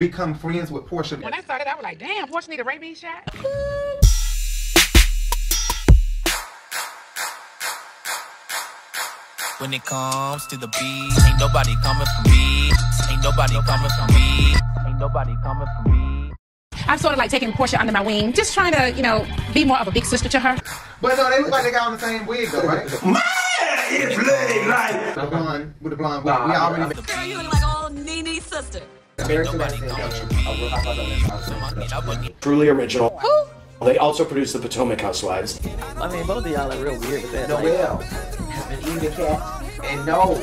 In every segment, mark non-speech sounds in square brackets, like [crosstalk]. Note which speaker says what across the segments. Speaker 1: become friends with Portia.
Speaker 2: When I saw that, I was like, damn, Portia need a ray beam shot?
Speaker 3: When it comes to the beat, ain't nobody coming for me. Ain't nobody coming for me. Ain't nobody coming for me.
Speaker 2: I'm sort of like taking Portia under my wing, just trying to, you know, be more of a big sister to her.
Speaker 1: But no, they look like they got on the same wig
Speaker 4: [laughs]
Speaker 1: though, right?
Speaker 5: Man, it's late night.
Speaker 1: the blonde with the blonde wig.
Speaker 4: Nah,
Speaker 1: we
Speaker 4: I-
Speaker 1: already
Speaker 6: Girl, you look like old Nene sister.
Speaker 4: Very
Speaker 3: Ain't nobody
Speaker 4: good.
Speaker 3: coming for
Speaker 4: I
Speaker 3: me.
Speaker 4: will talk about that next time.
Speaker 3: Ain't nobody-
Speaker 5: Truly original.
Speaker 6: Who?
Speaker 5: They also produced the Potomac Housewives.
Speaker 7: I mean, both of y'all are real weird with that. like-
Speaker 4: Noelle has been eating a cat, and no,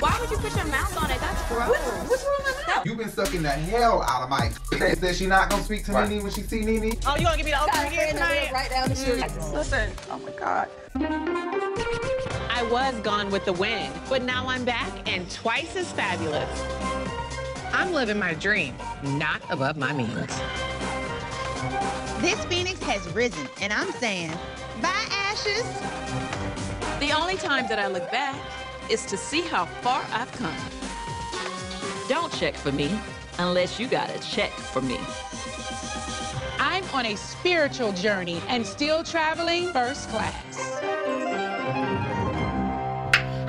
Speaker 6: Why would you put your mouth on it? That's gross. What's wrong with that?
Speaker 1: You've been sucking the hell out of Mike. They said she not gonna speak to
Speaker 4: Right.
Speaker 1: Nene when she see Nene.
Speaker 8: Oh, you gonna give me the open again tonight?
Speaker 6: Right down the street.
Speaker 7: Listen, oh my god.
Speaker 8: I was gone with the wind, but now I'm back and twice as fabulous. I'm living my dream, not above my means.
Speaker 9: This phoenix has risen, and I'm saying, bye, ashes.
Speaker 6: The only time that I look back is to see how far I've come. Don't check for me unless you got a check for me.
Speaker 8: I'm on a spiritual journey and still traveling first class.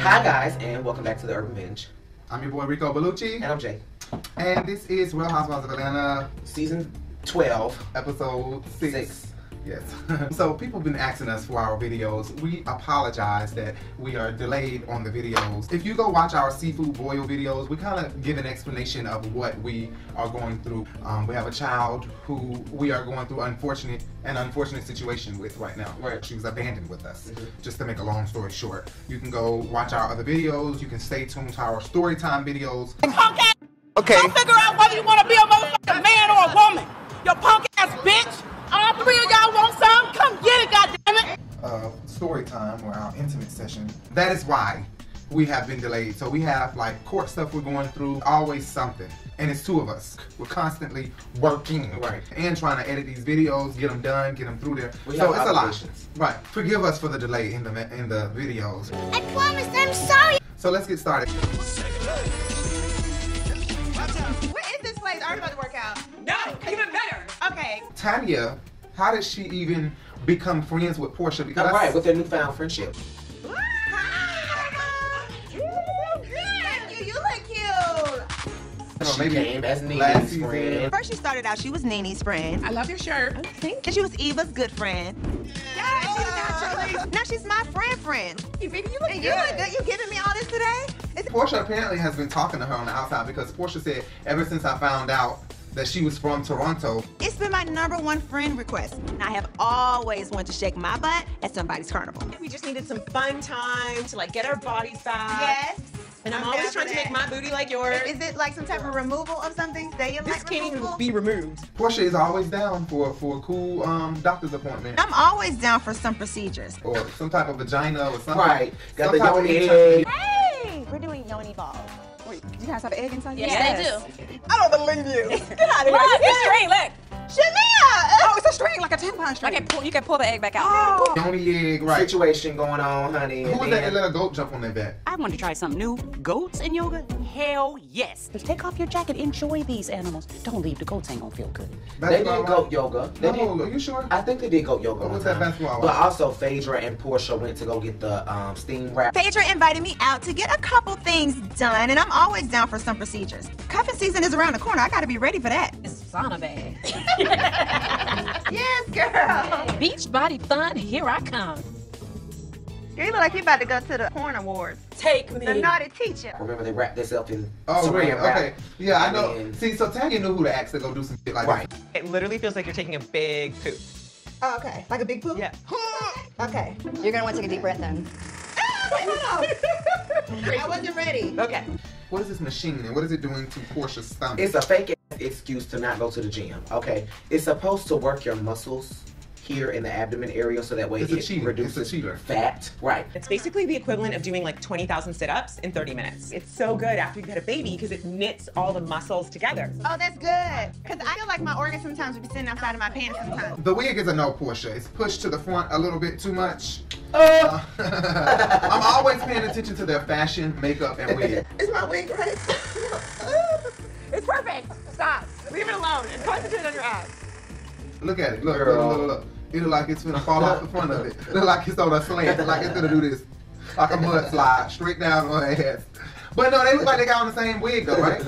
Speaker 4: Hi guys, and welcome back to the Urban Binge.
Speaker 1: I'm your boy Rico Bellucci,
Speaker 4: And I'm Jay.
Speaker 1: and this is Real Housewives of Atlanta,
Speaker 4: Season 12.
Speaker 1: episode six.
Speaker 4: Six.
Speaker 1: Yes. [laughs] so people been asking us for our videos. We apologize that we are delayed on the videos. If you go watch our seafood boil videos, we kind of give an explanation of what we are going through. Um, we have a child who we are going through unfortunate an unfortunate situation with right now.
Speaker 4: Right.
Speaker 1: She was abandoned with us. Just to make a long story short, you can go watch our other videos. You can stay tuned to our story time videos.
Speaker 8: Okay,
Speaker 1: Okay.
Speaker 8: figure out whether you wanna be a motherfucking man or a woman. Your punk ass bitch. All three of y'all want some? Come get it, goddammit.
Speaker 1: uh, story time or our intimate session. That is why we have been delayed. So we have like court stuff we're going through, always something. And it's two of us. We're constantly working
Speaker 4: Right.
Speaker 1: and trying to edit these videos, get them done, get them through there.
Speaker 4: We
Speaker 1: so
Speaker 4: have
Speaker 1: it's a lot.
Speaker 4: obligations.
Speaker 1: Right. Forgive us for the delay in the in the videos.
Speaker 9: I promise, I'm sorry.
Speaker 1: So let's get started.
Speaker 7: What is this place? I already about to work out.
Speaker 8: No, even better.
Speaker 7: Okay.
Speaker 1: Tanya, how did she even become friends with Portia? Because
Speaker 4: All right, with their newfound friendship.
Speaker 7: Thank you. You look cute.
Speaker 1: Well,
Speaker 4: she
Speaker 1: maybe
Speaker 4: came as
Speaker 1: last
Speaker 4: Nene's
Speaker 1: season.
Speaker 4: friend.
Speaker 7: First, she started out. She was Nene's friend.
Speaker 2: I love your shirt.
Speaker 7: Then she was Eva's good friend. Now she's my friend friend.
Speaker 6: You baby, you
Speaker 7: And you look good. You giving me all this today? It's-
Speaker 1: Portia apparently has been talking to her on the outside because Portia said, ever since I found out that she was from Toronto,
Speaker 7: It's been my number one friend request, and I have always wanted to shake my butt at somebody's carnival.
Speaker 8: We just needed some fun time to like get our bodies back.
Speaker 7: Yes.
Speaker 8: And I'm
Speaker 7: I'm
Speaker 8: always
Speaker 7: down
Speaker 8: trying
Speaker 7: for
Speaker 8: to make
Speaker 7: that.
Speaker 8: my booty like yours.
Speaker 7: Is it like some type of removal of something? They like
Speaker 8: this can't even
Speaker 7: removal?
Speaker 8: be removed.
Speaker 1: Portia is always down for for a cool um, doctor's appointment
Speaker 7: I'm always down for some procedures.
Speaker 1: or some type of vagina or something.
Speaker 4: Right. Got the
Speaker 1: Some type of
Speaker 4: yoni
Speaker 1: HIV.
Speaker 4: egg.
Speaker 7: Hey, we're doing yoni balls. Wait, you guys have egg inside?
Speaker 6: Yes, they do.
Speaker 7: I don't believe
Speaker 6: [laughs]
Speaker 7: you. Get out of here.
Speaker 6: Look, it's straight, look.
Speaker 7: Shamia! Oh, it's a string, like a tampon string.
Speaker 6: I can pull, you can pull the egg back out.
Speaker 7: Oh.
Speaker 1: Yoni egg, right.
Speaker 4: Situation going on, honey.
Speaker 1: Who
Speaker 4: and
Speaker 1: was that that
Speaker 4: then-
Speaker 1: let a goat jump on their back?
Speaker 10: I want to try something new. Goats in yoga? Hell yes. Take off your jacket. Enjoy these animals. Don't leave. The goats ain't gonna feel good.
Speaker 4: They did
Speaker 1: Basketball,
Speaker 4: goat
Speaker 1: right?
Speaker 4: yoga. They
Speaker 1: No,
Speaker 4: did-
Speaker 1: are you sure?
Speaker 4: I think they did goat yoga.
Speaker 1: What
Speaker 4: one
Speaker 1: was that
Speaker 4: time.
Speaker 1: basketball?
Speaker 4: But also, Phaedra and Portia went to go get the um, steam wrap.
Speaker 7: Phaedra invited me out to get a couple things done, and I'm always down for some procedures. Cuffing season is around the corner. I gotta be ready for that.
Speaker 6: It's sauna bag.
Speaker 7: Yes, girl.
Speaker 6: Beach body fun, here I come.
Speaker 7: You look like you about to go to the porn awards.
Speaker 6: Take me.
Speaker 7: naughty teacher.
Speaker 4: Remember, they wrapped themselves in
Speaker 1: Oh,
Speaker 4: saran
Speaker 1: right.
Speaker 4: wrap.
Speaker 1: Okay. Yeah, I know.
Speaker 4: And-
Speaker 1: See, so Tanya knew who to ask to go do some shit like
Speaker 4: Right.
Speaker 1: that.
Speaker 11: It literally feels like you're taking a big poop.
Speaker 7: Oh, okay. Like a big poop?
Speaker 11: Yeah.
Speaker 7: Okay.
Speaker 9: You're gonna want to take a deep breath in.
Speaker 7: I wasn't ready.
Speaker 11: Okay.
Speaker 1: What is this machine and what is it doing to Portia's stomach?
Speaker 4: It's a fake ass excuse to not go to the gym. Okay. It's supposed to work your muscles here in the abdomen area so that way
Speaker 1: It's a
Speaker 4: it
Speaker 1: cheater. It's a
Speaker 4: reduces
Speaker 1: cheater.
Speaker 4: fat. Right.
Speaker 11: It's basically the equivalent of doing like 20,000 sit ups in 30 minutes. It's so good after you've had a baby because it knits all the muscles together.
Speaker 7: Oh, that's good. Because I feel like my organs sometimes would be sitting outside of my pants sometimes.
Speaker 1: the wig is a no, Portia. It's pushed to the front a little bit too much.
Speaker 11: Oh.
Speaker 1: Uh, [laughs] I'm always paying
Speaker 11: [laughs]
Speaker 1: attention to their fashion, makeup, and wig.
Speaker 4: It's my wig, right?
Speaker 6: It's perfect.
Speaker 11: Stop. Leave it alone and concentrate on your abs.
Speaker 1: Look at it. Look, look, look, look, look. It look like it's gonna fall off the
Speaker 4: [laughs]
Speaker 1: front of it. Look like it's on a slant. Like it's gonna do this. Like a mudslide straight down on her ass. But no, they look like they got on the same wig though,
Speaker 4: [laughs]
Speaker 1: right?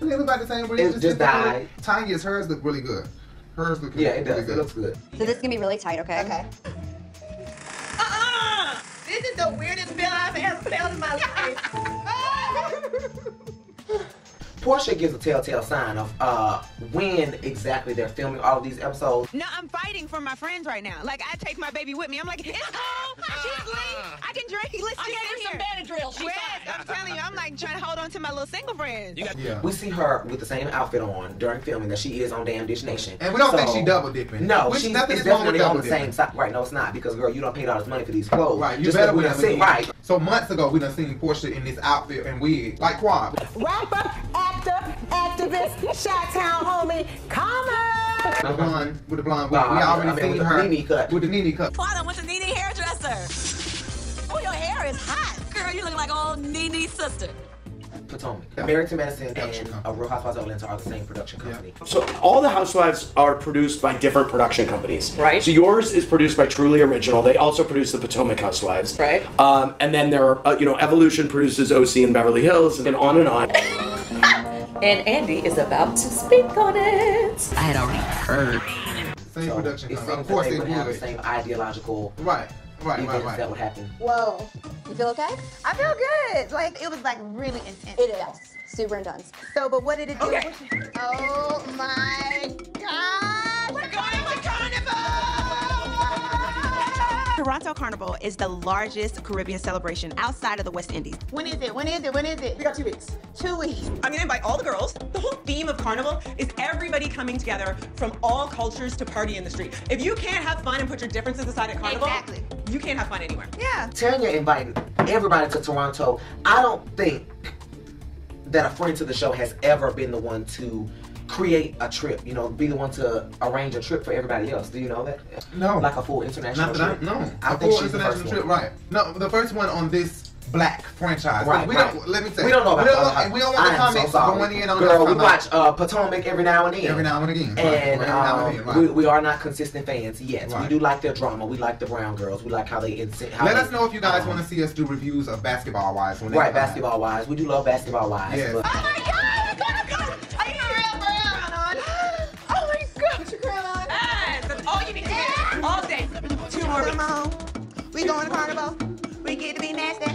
Speaker 1: They look like the same wig.
Speaker 4: It's just
Speaker 1: different
Speaker 4: dyed.
Speaker 1: color. Tanya's hers look really good. Hers look
Speaker 4: Yeah, it does.
Speaker 1: really
Speaker 4: It looks good.
Speaker 12: So this is gonna be really tight, okay? Okay.
Speaker 8: This is the weirdest bill I've ever felt in my life.
Speaker 4: Portia gives a telltale sign of uh, when exactly they're filming all of these episodes.
Speaker 9: [laughs] No, I'm fighting for my friends right now. Like I take my baby with me. I'm like, it's cold.
Speaker 8: [laughs]
Speaker 9: She's late. I can drink. Let's just
Speaker 8: gave
Speaker 9: sit
Speaker 8: her
Speaker 9: here.
Speaker 8: some Benadryl. She's
Speaker 9: Yes, I'm telling you. I'm like trying to hold on to my little single friends.
Speaker 4: Yeah. We see her with the same outfit on during filming that she is on Damn Dish Nation.
Speaker 1: And we don't think she double dipping.
Speaker 4: No,
Speaker 1: Which
Speaker 4: she's
Speaker 1: nothing
Speaker 4: it's
Speaker 1: is wrong with
Speaker 4: definitely on
Speaker 1: double
Speaker 4: the same
Speaker 1: dipping.
Speaker 4: side. Right, no, it's not because, girl, you don't pay all this money for these clothes.
Speaker 1: Right, you
Speaker 4: Just
Speaker 1: better
Speaker 4: like we
Speaker 1: we
Speaker 4: done seen. Right.
Speaker 1: So months ago we done seen Portia in this outfit and wig, like Quab.
Speaker 13: Rapper, actor, activist, Shot Town homie, comma.
Speaker 1: The blonde with the blonde wig.
Speaker 4: Uh-huh. Nah,
Speaker 1: we
Speaker 4: I
Speaker 1: already
Speaker 4: mean, with
Speaker 1: seen
Speaker 4: the
Speaker 1: her
Speaker 4: Nene cut.
Speaker 1: with the Nene cut.
Speaker 12: Quada with the Nene hairdresser. Oh, your hair is hot. Girl, you look like old Nene's sister.
Speaker 4: Potomac. Married to Medicine and A Real Housewives of Atlanta are the same production company.
Speaker 5: So all the Housewives are produced by different production companies.
Speaker 4: Right.
Speaker 5: So yours is produced by Truly Original. They also produce the Potomac Housewives.
Speaker 4: Right.
Speaker 5: Um, and then there are, uh, you know, Evolution produces OC in Beverly Hills and on and
Speaker 4: [laughs]
Speaker 5: on.
Speaker 14: And Andy is about to speak on it.
Speaker 5: I had already heard.
Speaker 1: Same production
Speaker 4: It
Speaker 1: company.
Speaker 4: seems
Speaker 1: Of
Speaker 4: that
Speaker 1: course
Speaker 4: they
Speaker 1: they
Speaker 4: would have the
Speaker 1: would.
Speaker 4: same ideological
Speaker 1: Right, right,
Speaker 4: events
Speaker 1: right, right.
Speaker 4: that would happen.
Speaker 12: Whoa. You feel okay?
Speaker 7: I feel good. Like it was like really intense. It is.
Speaker 12: Super intense.
Speaker 7: So, but what did it do? Oh my God! We're going to
Speaker 9: Toronto Carnival is the largest Caribbean celebration outside of the West Indies.
Speaker 8: When is it? When is it? When is it? We got two weeks. Two weeks. I'm gonna invite all the girls. The whole theme of Carnival is everybody coming together from all cultures to party in the street. If you can't have fun and put your differences aside at Carnival, exactly. you can't have fun anywhere.
Speaker 4: Yeah. Tanya inviting everybody to Toronto. I don't think that a friend to the show has ever been the one to create a trip, you know, be the one to arrange a trip for everybody else. Do you know that?
Speaker 1: No.
Speaker 4: Like a full international
Speaker 1: Not that I
Speaker 4: trip.
Speaker 1: no.
Speaker 4: I
Speaker 1: A
Speaker 4: think
Speaker 1: full
Speaker 4: she's the
Speaker 1: international
Speaker 4: first
Speaker 1: trip,
Speaker 4: one.
Speaker 1: right? No, the first one on this black franchise.
Speaker 4: Right,
Speaker 1: we
Speaker 4: right.
Speaker 1: don't. Let me tell you,
Speaker 4: We don't know about
Speaker 1: we don't,
Speaker 4: other
Speaker 1: want- we don't
Speaker 4: I
Speaker 1: want the
Speaker 4: am so
Speaker 1: comments
Speaker 4: sorry.
Speaker 1: going in on
Speaker 4: Girl,
Speaker 1: us.
Speaker 4: we watch uh, Potomac every now and then.
Speaker 1: Every now and again, right.
Speaker 4: And,
Speaker 1: Every now and
Speaker 4: um,
Speaker 1: then, right.
Speaker 4: we, we are not consistent fans. Yes, we
Speaker 1: Right.
Speaker 4: do like their drama. We like the Brown girls. We like how they incent. How
Speaker 1: Let
Speaker 4: they,
Speaker 1: us know if you guys
Speaker 4: um,
Speaker 1: want to see us do reviews of basketball wise. When they
Speaker 4: Right,
Speaker 1: come out.
Speaker 4: basketball wise, we do love basketball wise.
Speaker 1: Yes.
Speaker 8: Oh
Speaker 4: But
Speaker 8: Are you real,
Speaker 7: [gasps]
Speaker 8: Brown? Oh my gosh, your crown on. Yes, that's all you need to do. All day. Two more
Speaker 9: Come on. We going to Carnival. We get to be nasty.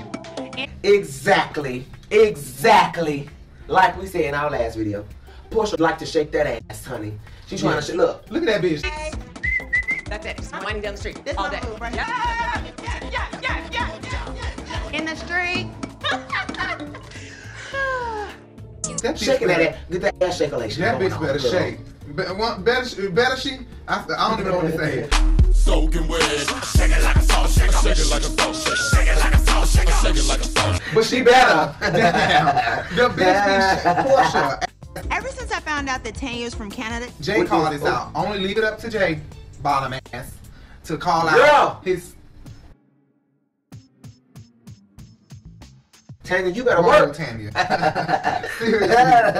Speaker 4: exactly, exactly, like we said in our last video, Portia like to shake that ass, honey. She's trying to
Speaker 1: Yeah.
Speaker 4: shake. Look,
Speaker 1: look at that bitch.
Speaker 8: That's it. Just winding down the street all day. Yeah. Yeah, yeah, yeah, yeah, yeah.
Speaker 9: In
Speaker 11: [laughs]
Speaker 9: the street.
Speaker 1: That bitch
Speaker 4: Shaking that
Speaker 1: better-
Speaker 4: ass, get that ass shakalation.
Speaker 1: That
Speaker 4: going
Speaker 1: bitch
Speaker 4: on,
Speaker 1: better
Speaker 4: girl.
Speaker 1: shake. Be- one- Better, sh- better she. I, I don't even know what to say.
Speaker 15: Soaking wet. Shake it like a sauce shaker. Shake it like a sauce shaker. Shake it like a sauce shaker. Shake it like a sauce shaker.
Speaker 1: But she
Speaker 4: [laughs]
Speaker 1: better. [laughs] Damn. The bitch be Portia.
Speaker 9: Ever since I found out that Tanya's from Canada,
Speaker 1: Jay called this out. Only leave it up to Jay, bottom ass, to call
Speaker 4: Girl.
Speaker 1: out his
Speaker 4: Tanya, you better
Speaker 1: Royal
Speaker 4: work. [laughs]
Speaker 1: Tanya. [laughs] Seriously.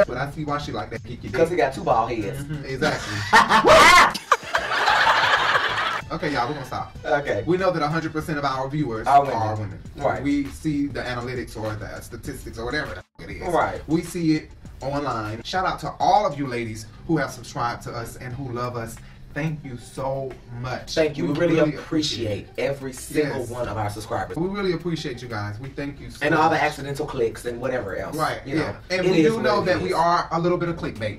Speaker 1: but I see why she like that
Speaker 4: [laughs]
Speaker 1: geeky.
Speaker 4: Because he got two bald heads.
Speaker 1: [laughs] Exactly. Mm-hmm. [laughs] okay, y'all, we're gonna stop.
Speaker 4: Okay.
Speaker 1: We know that 100% of our viewers
Speaker 4: Are
Speaker 1: are
Speaker 4: women.
Speaker 1: women.
Speaker 4: Right.
Speaker 1: We see the analytics or the statistics or whatever the fuck it is.
Speaker 4: Right.
Speaker 1: We see it online. Shout out to all of you ladies who have subscribed to us and who love us. Thank you so much.
Speaker 4: Thank you. We, really, appreciate every single
Speaker 1: Yes.
Speaker 4: one of our subscribers.
Speaker 1: We really appreciate you guys. We thank you so
Speaker 4: and all the
Speaker 1: much.
Speaker 4: accidental clicks and whatever else.
Speaker 1: Right.
Speaker 4: You
Speaker 1: yeah.
Speaker 4: know,
Speaker 1: and
Speaker 4: It
Speaker 1: we
Speaker 4: is
Speaker 1: do
Speaker 4: what
Speaker 1: know
Speaker 4: it
Speaker 1: that
Speaker 4: is.
Speaker 1: we are a little bit of clickbait.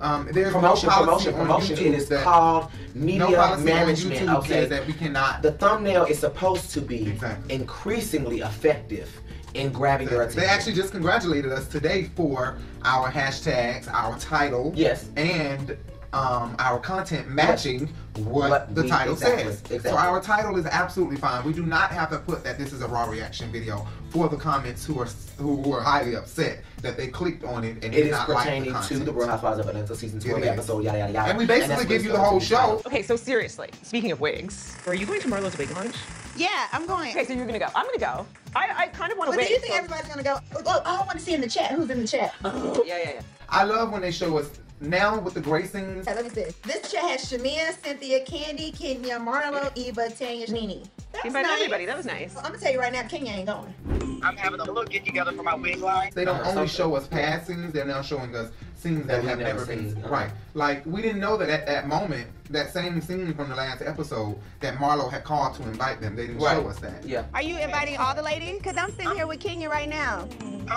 Speaker 1: um, there's
Speaker 4: promotion,
Speaker 1: no policy
Speaker 4: promotion,
Speaker 1: on
Speaker 4: promotion.
Speaker 1: YouTube
Speaker 4: It is
Speaker 1: that-
Speaker 4: called media
Speaker 1: no policy
Speaker 4: management.
Speaker 1: On YouTube
Speaker 4: okay,
Speaker 1: says that we cannot.
Speaker 4: the thumbnail is supposed to be increasingly effective in grabbing your attention.
Speaker 1: They actually just congratulated us today for our hashtags, our title,
Speaker 4: Yes.
Speaker 1: and um, our content matching what,
Speaker 4: What
Speaker 1: the
Speaker 4: we-
Speaker 1: title
Speaker 4: exactly,
Speaker 1: says.
Speaker 4: exactly.
Speaker 1: So our title is absolutely fine. We do not have to put that this is a raw reaction video for the comments who are who were highly upset that they clicked on it
Speaker 4: it
Speaker 1: and did
Speaker 4: is
Speaker 1: not like the
Speaker 4: pertaining to
Speaker 1: content.
Speaker 4: the Real Housewives of Atlanta season twelve
Speaker 1: It is.
Speaker 4: episode. Yada yada yada.
Speaker 1: And we
Speaker 4: that's
Speaker 1: basically
Speaker 4: what
Speaker 1: give
Speaker 4: it's
Speaker 1: you the
Speaker 4: going
Speaker 1: whole
Speaker 4: to be.
Speaker 1: show.
Speaker 8: Okay, so seriously, speaking of wigs, are you going to Marlo's wig lunch?
Speaker 9: Yeah, I'm going.
Speaker 11: Okay, so you're gonna go. I'm gonna go. I, I kind of
Speaker 6: Oh,
Speaker 11: want to
Speaker 13: But
Speaker 11: wait. Uh.
Speaker 13: do you think everybody's gonna go? Oh, I want to see in the chat. Who's in the chat?
Speaker 11: yeah, yeah, yeah.
Speaker 1: I love when they show us now with the gracings.
Speaker 13: Okay, let me see. This chat has Shamia, Cynthia, Candy, Kenya, Marlo, Eva, Tanya, Nini. That
Speaker 11: You
Speaker 13: was
Speaker 11: invited
Speaker 13: nice.
Speaker 11: everybody. That was nice.
Speaker 13: I'm gonna tell you right now, Kenya ain't going.
Speaker 16: I'm having a little get together for my wig line.
Speaker 1: They don't only show us past scenes, they're now showing us scenes that, have never been right. Like we didn't know that at that moment, that same scene from the last episode, that Marlo had called to invite them. They didn't
Speaker 4: Right.
Speaker 1: show us that.
Speaker 4: Yeah.
Speaker 7: Are you inviting all the ladies? Because I'm sitting here with Kenya right now.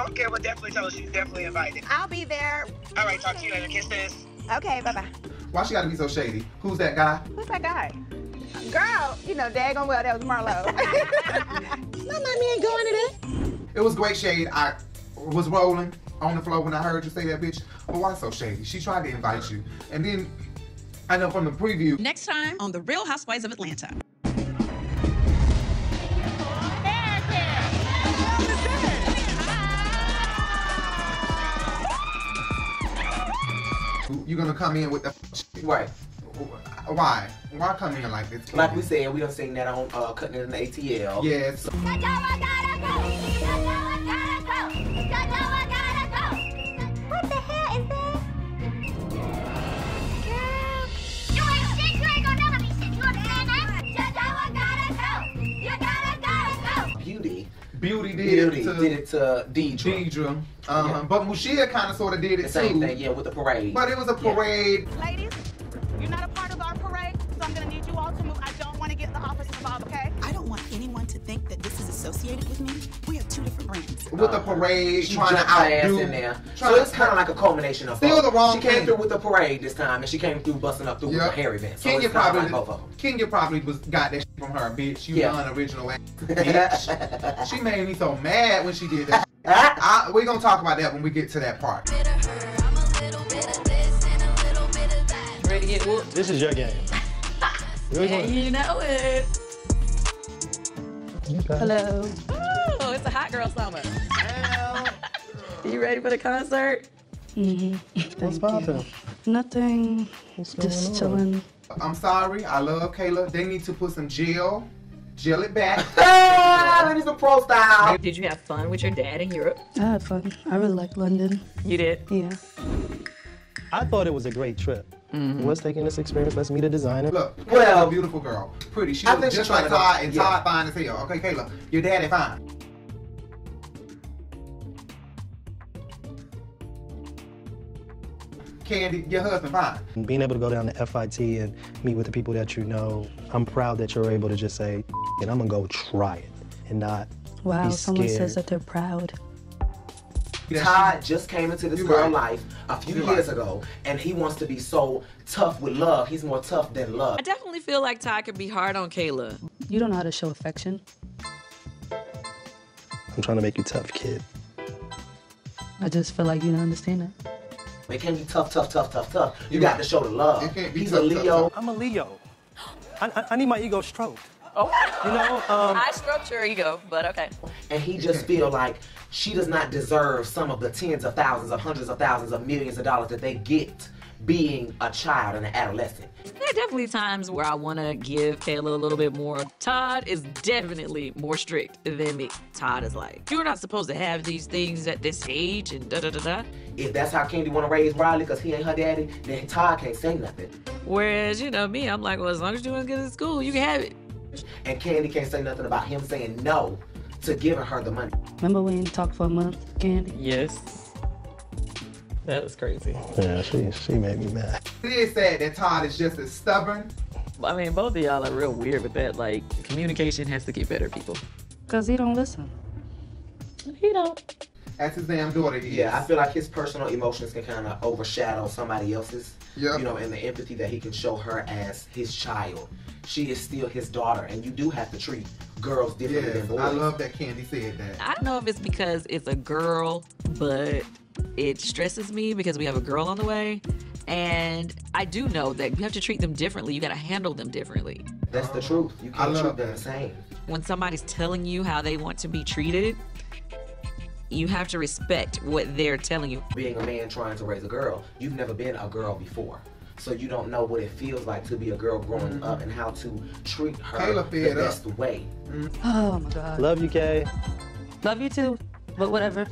Speaker 16: Okay, well, definitely tell her she's definitely invited.
Speaker 7: I'll be there.
Speaker 16: All right, talk to you later. Kisses.
Speaker 7: Okay, bye bye.
Speaker 1: Why she gotta be so shady? Who's that guy?
Speaker 7: Who's that guy? Girl, you know, daggone well, that was Marlo. My mommy ain't going to that.
Speaker 1: It was great shade. I was rolling on the floor when I heard you say that bitch. But why so shady? She tried to invite you. And then I know from the preview.
Speaker 6: Next time on The Real Housewives of Atlanta.
Speaker 1: You're gonna come in with the
Speaker 4: right.
Speaker 1: Why? Why come in like this?
Speaker 4: Like we said, we done seen that on uh, Cutting It in the ATL.
Speaker 1: Yes.
Speaker 13: What the hell is that?
Speaker 4: Beauty.
Speaker 1: Beauty did
Speaker 4: Beauty
Speaker 1: it to,
Speaker 4: did it to Deidre.
Speaker 1: Deidre. Um, But Mushia kind of sort of did it
Speaker 4: The same
Speaker 1: too.
Speaker 4: thing, yeah, with the parade.
Speaker 1: But it was a parade.
Speaker 17: Ladies, you're not a part of our parade, so I'm gonna need you all to move. I don't wanna get the officers involved, okay? I don't want anyone to think that this is associated with me. We have two different brands.
Speaker 1: With the parade,
Speaker 4: Uh, She
Speaker 1: trying to
Speaker 4: jumped her ass
Speaker 1: outdo-
Speaker 4: in there.
Speaker 1: trying
Speaker 4: So
Speaker 1: to-
Speaker 4: it's kind of like a culmination of
Speaker 1: Still
Speaker 4: both.
Speaker 1: the wrong
Speaker 4: She came
Speaker 1: thing.
Speaker 4: through with the parade this time, and she came through busting up through
Speaker 1: Yep.
Speaker 4: with the hair event. So
Speaker 1: Kenya
Speaker 4: it's kinda
Speaker 1: probably
Speaker 4: like both of them.
Speaker 1: Kenya probably was got that shit from her, bitch. You
Speaker 4: Yeah.
Speaker 1: non-original
Speaker 4: [laughs]
Speaker 1: ass bitch. she made me so mad when she
Speaker 4: [laughs]
Speaker 1: did that. I, we're gonna talk about that when we get to that part.
Speaker 6: Ready to get whooped?
Speaker 18: This is your game. Really
Speaker 6: Yeah,
Speaker 18: good.
Speaker 6: you know it.
Speaker 18: Okay.
Speaker 6: Hello. Oh, it's a hot girl summer. you ready for the concert?
Speaker 19: Mm-hmm.
Speaker 18: What's poppin'?
Speaker 19: Nothing.
Speaker 1: on?
Speaker 19: Just chilling.
Speaker 1: I'm sorry. I love Kayla. They need to put some gel, gel it back.
Speaker 4: [laughs] that is a pro style.
Speaker 6: Did you have fun with your dad in Europe?
Speaker 19: I had fun. I really like London.
Speaker 6: You did?
Speaker 19: Yeah.
Speaker 18: I thought it was a great trip. Let's take in this experience. Let's meet a designer.
Speaker 1: Look,
Speaker 18: well,
Speaker 1: a beautiful girl, pretty. She
Speaker 18: I
Speaker 1: looks
Speaker 18: think
Speaker 1: just
Speaker 18: she's
Speaker 1: like
Speaker 18: trying to-
Speaker 1: Todd, and
Speaker 18: yeah.
Speaker 1: Todd fine as hell. Okay, Kayla, your daddy fine. Candy, your husband fine.
Speaker 18: being able to go down to FIT and meet with the people that you know, I'm proud that you're able to just say, and I'm gonna go try it and not
Speaker 19: Wow,
Speaker 18: be
Speaker 19: someone
Speaker 18: scared.
Speaker 19: says that they're proud.
Speaker 4: Todd just came into this
Speaker 19: You're
Speaker 4: girl
Speaker 19: right.
Speaker 4: life a few
Speaker 19: You're
Speaker 4: years
Speaker 19: right.
Speaker 4: ago, and he wants to be so tough with love. He's more tough than love.
Speaker 6: I definitely feel like Ty could be hard on Kayla.
Speaker 19: You don't know how to show affection.
Speaker 18: I'm trying to make you tough, kid.
Speaker 19: I just feel like you don't understand that.
Speaker 4: It can't be tough, tough, tough, tough, tough. You
Speaker 18: You're
Speaker 4: got
Speaker 18: right.
Speaker 4: to show the love.
Speaker 18: It can't be
Speaker 4: He's
Speaker 18: tough,
Speaker 4: a
Speaker 18: tough,
Speaker 4: Leo.
Speaker 18: tough. I'm a Leo. I, I, I need my ego stroked. Oh. You know, um,
Speaker 6: I stroked your ego, but okay.
Speaker 4: and he just feel like she does not deserve some of the tens of thousands, of hundreds of thousands, of millions of dollars that they get being a child and an adolescent.
Speaker 6: There are definitely times where I want to give Kayla a little bit more. Todd is definitely more strict than me. Todd is like, you're not supposed to have these things at this age and da da da da.
Speaker 4: If that's how Candy want to raise Riley, cause he ain't her daddy, then Todd can't say nothing,
Speaker 6: Whereas, you know, me, I'm like, well, as long as you're doing good in school, you can have it.
Speaker 4: and Candy can't say nothing about him saying no to giving her the money.
Speaker 19: Remember we ain't talked for a month, Candy?
Speaker 18: Yes.
Speaker 6: That was crazy.
Speaker 18: Yeah, she she made me mad.
Speaker 1: It is sad that Todd is just as stubborn.
Speaker 6: I mean, both of y'all are real weird with that. Like, communication has to get better, people.
Speaker 19: Because he don't listen.
Speaker 6: He don't.
Speaker 1: That's his damn daughter. He
Speaker 4: Yeah, I
Speaker 1: is.
Speaker 4: feel like his personal emotions can kind of overshadow somebody else's.
Speaker 1: Yeah.
Speaker 4: You know, and the empathy that he can show her as his child. She is still his daughter, and you do have to treat girls differently
Speaker 1: Yes,
Speaker 4: than boys.
Speaker 1: I love that Candy said that.
Speaker 6: I don't know if it's because it's a girl, but it stresses me because we have a girl on the way. And I do know that you have to treat them differently. You got to handle them differently.
Speaker 4: That's the truth. You
Speaker 6: I
Speaker 4: can't
Speaker 6: love
Speaker 4: treat them the same.
Speaker 6: When somebody's telling you how they want to be treated, you have to respect what they're telling you.
Speaker 4: Being a man trying to raise a girl, you've never been a girl before. so you don't know what it feels like to be a girl growing up and how to treat her
Speaker 1: Mm-hmm. Kayla
Speaker 4: the
Speaker 1: fed up.
Speaker 4: best way.
Speaker 19: Oh my God.
Speaker 18: Love you, Kay.
Speaker 19: Love you too, but whatever.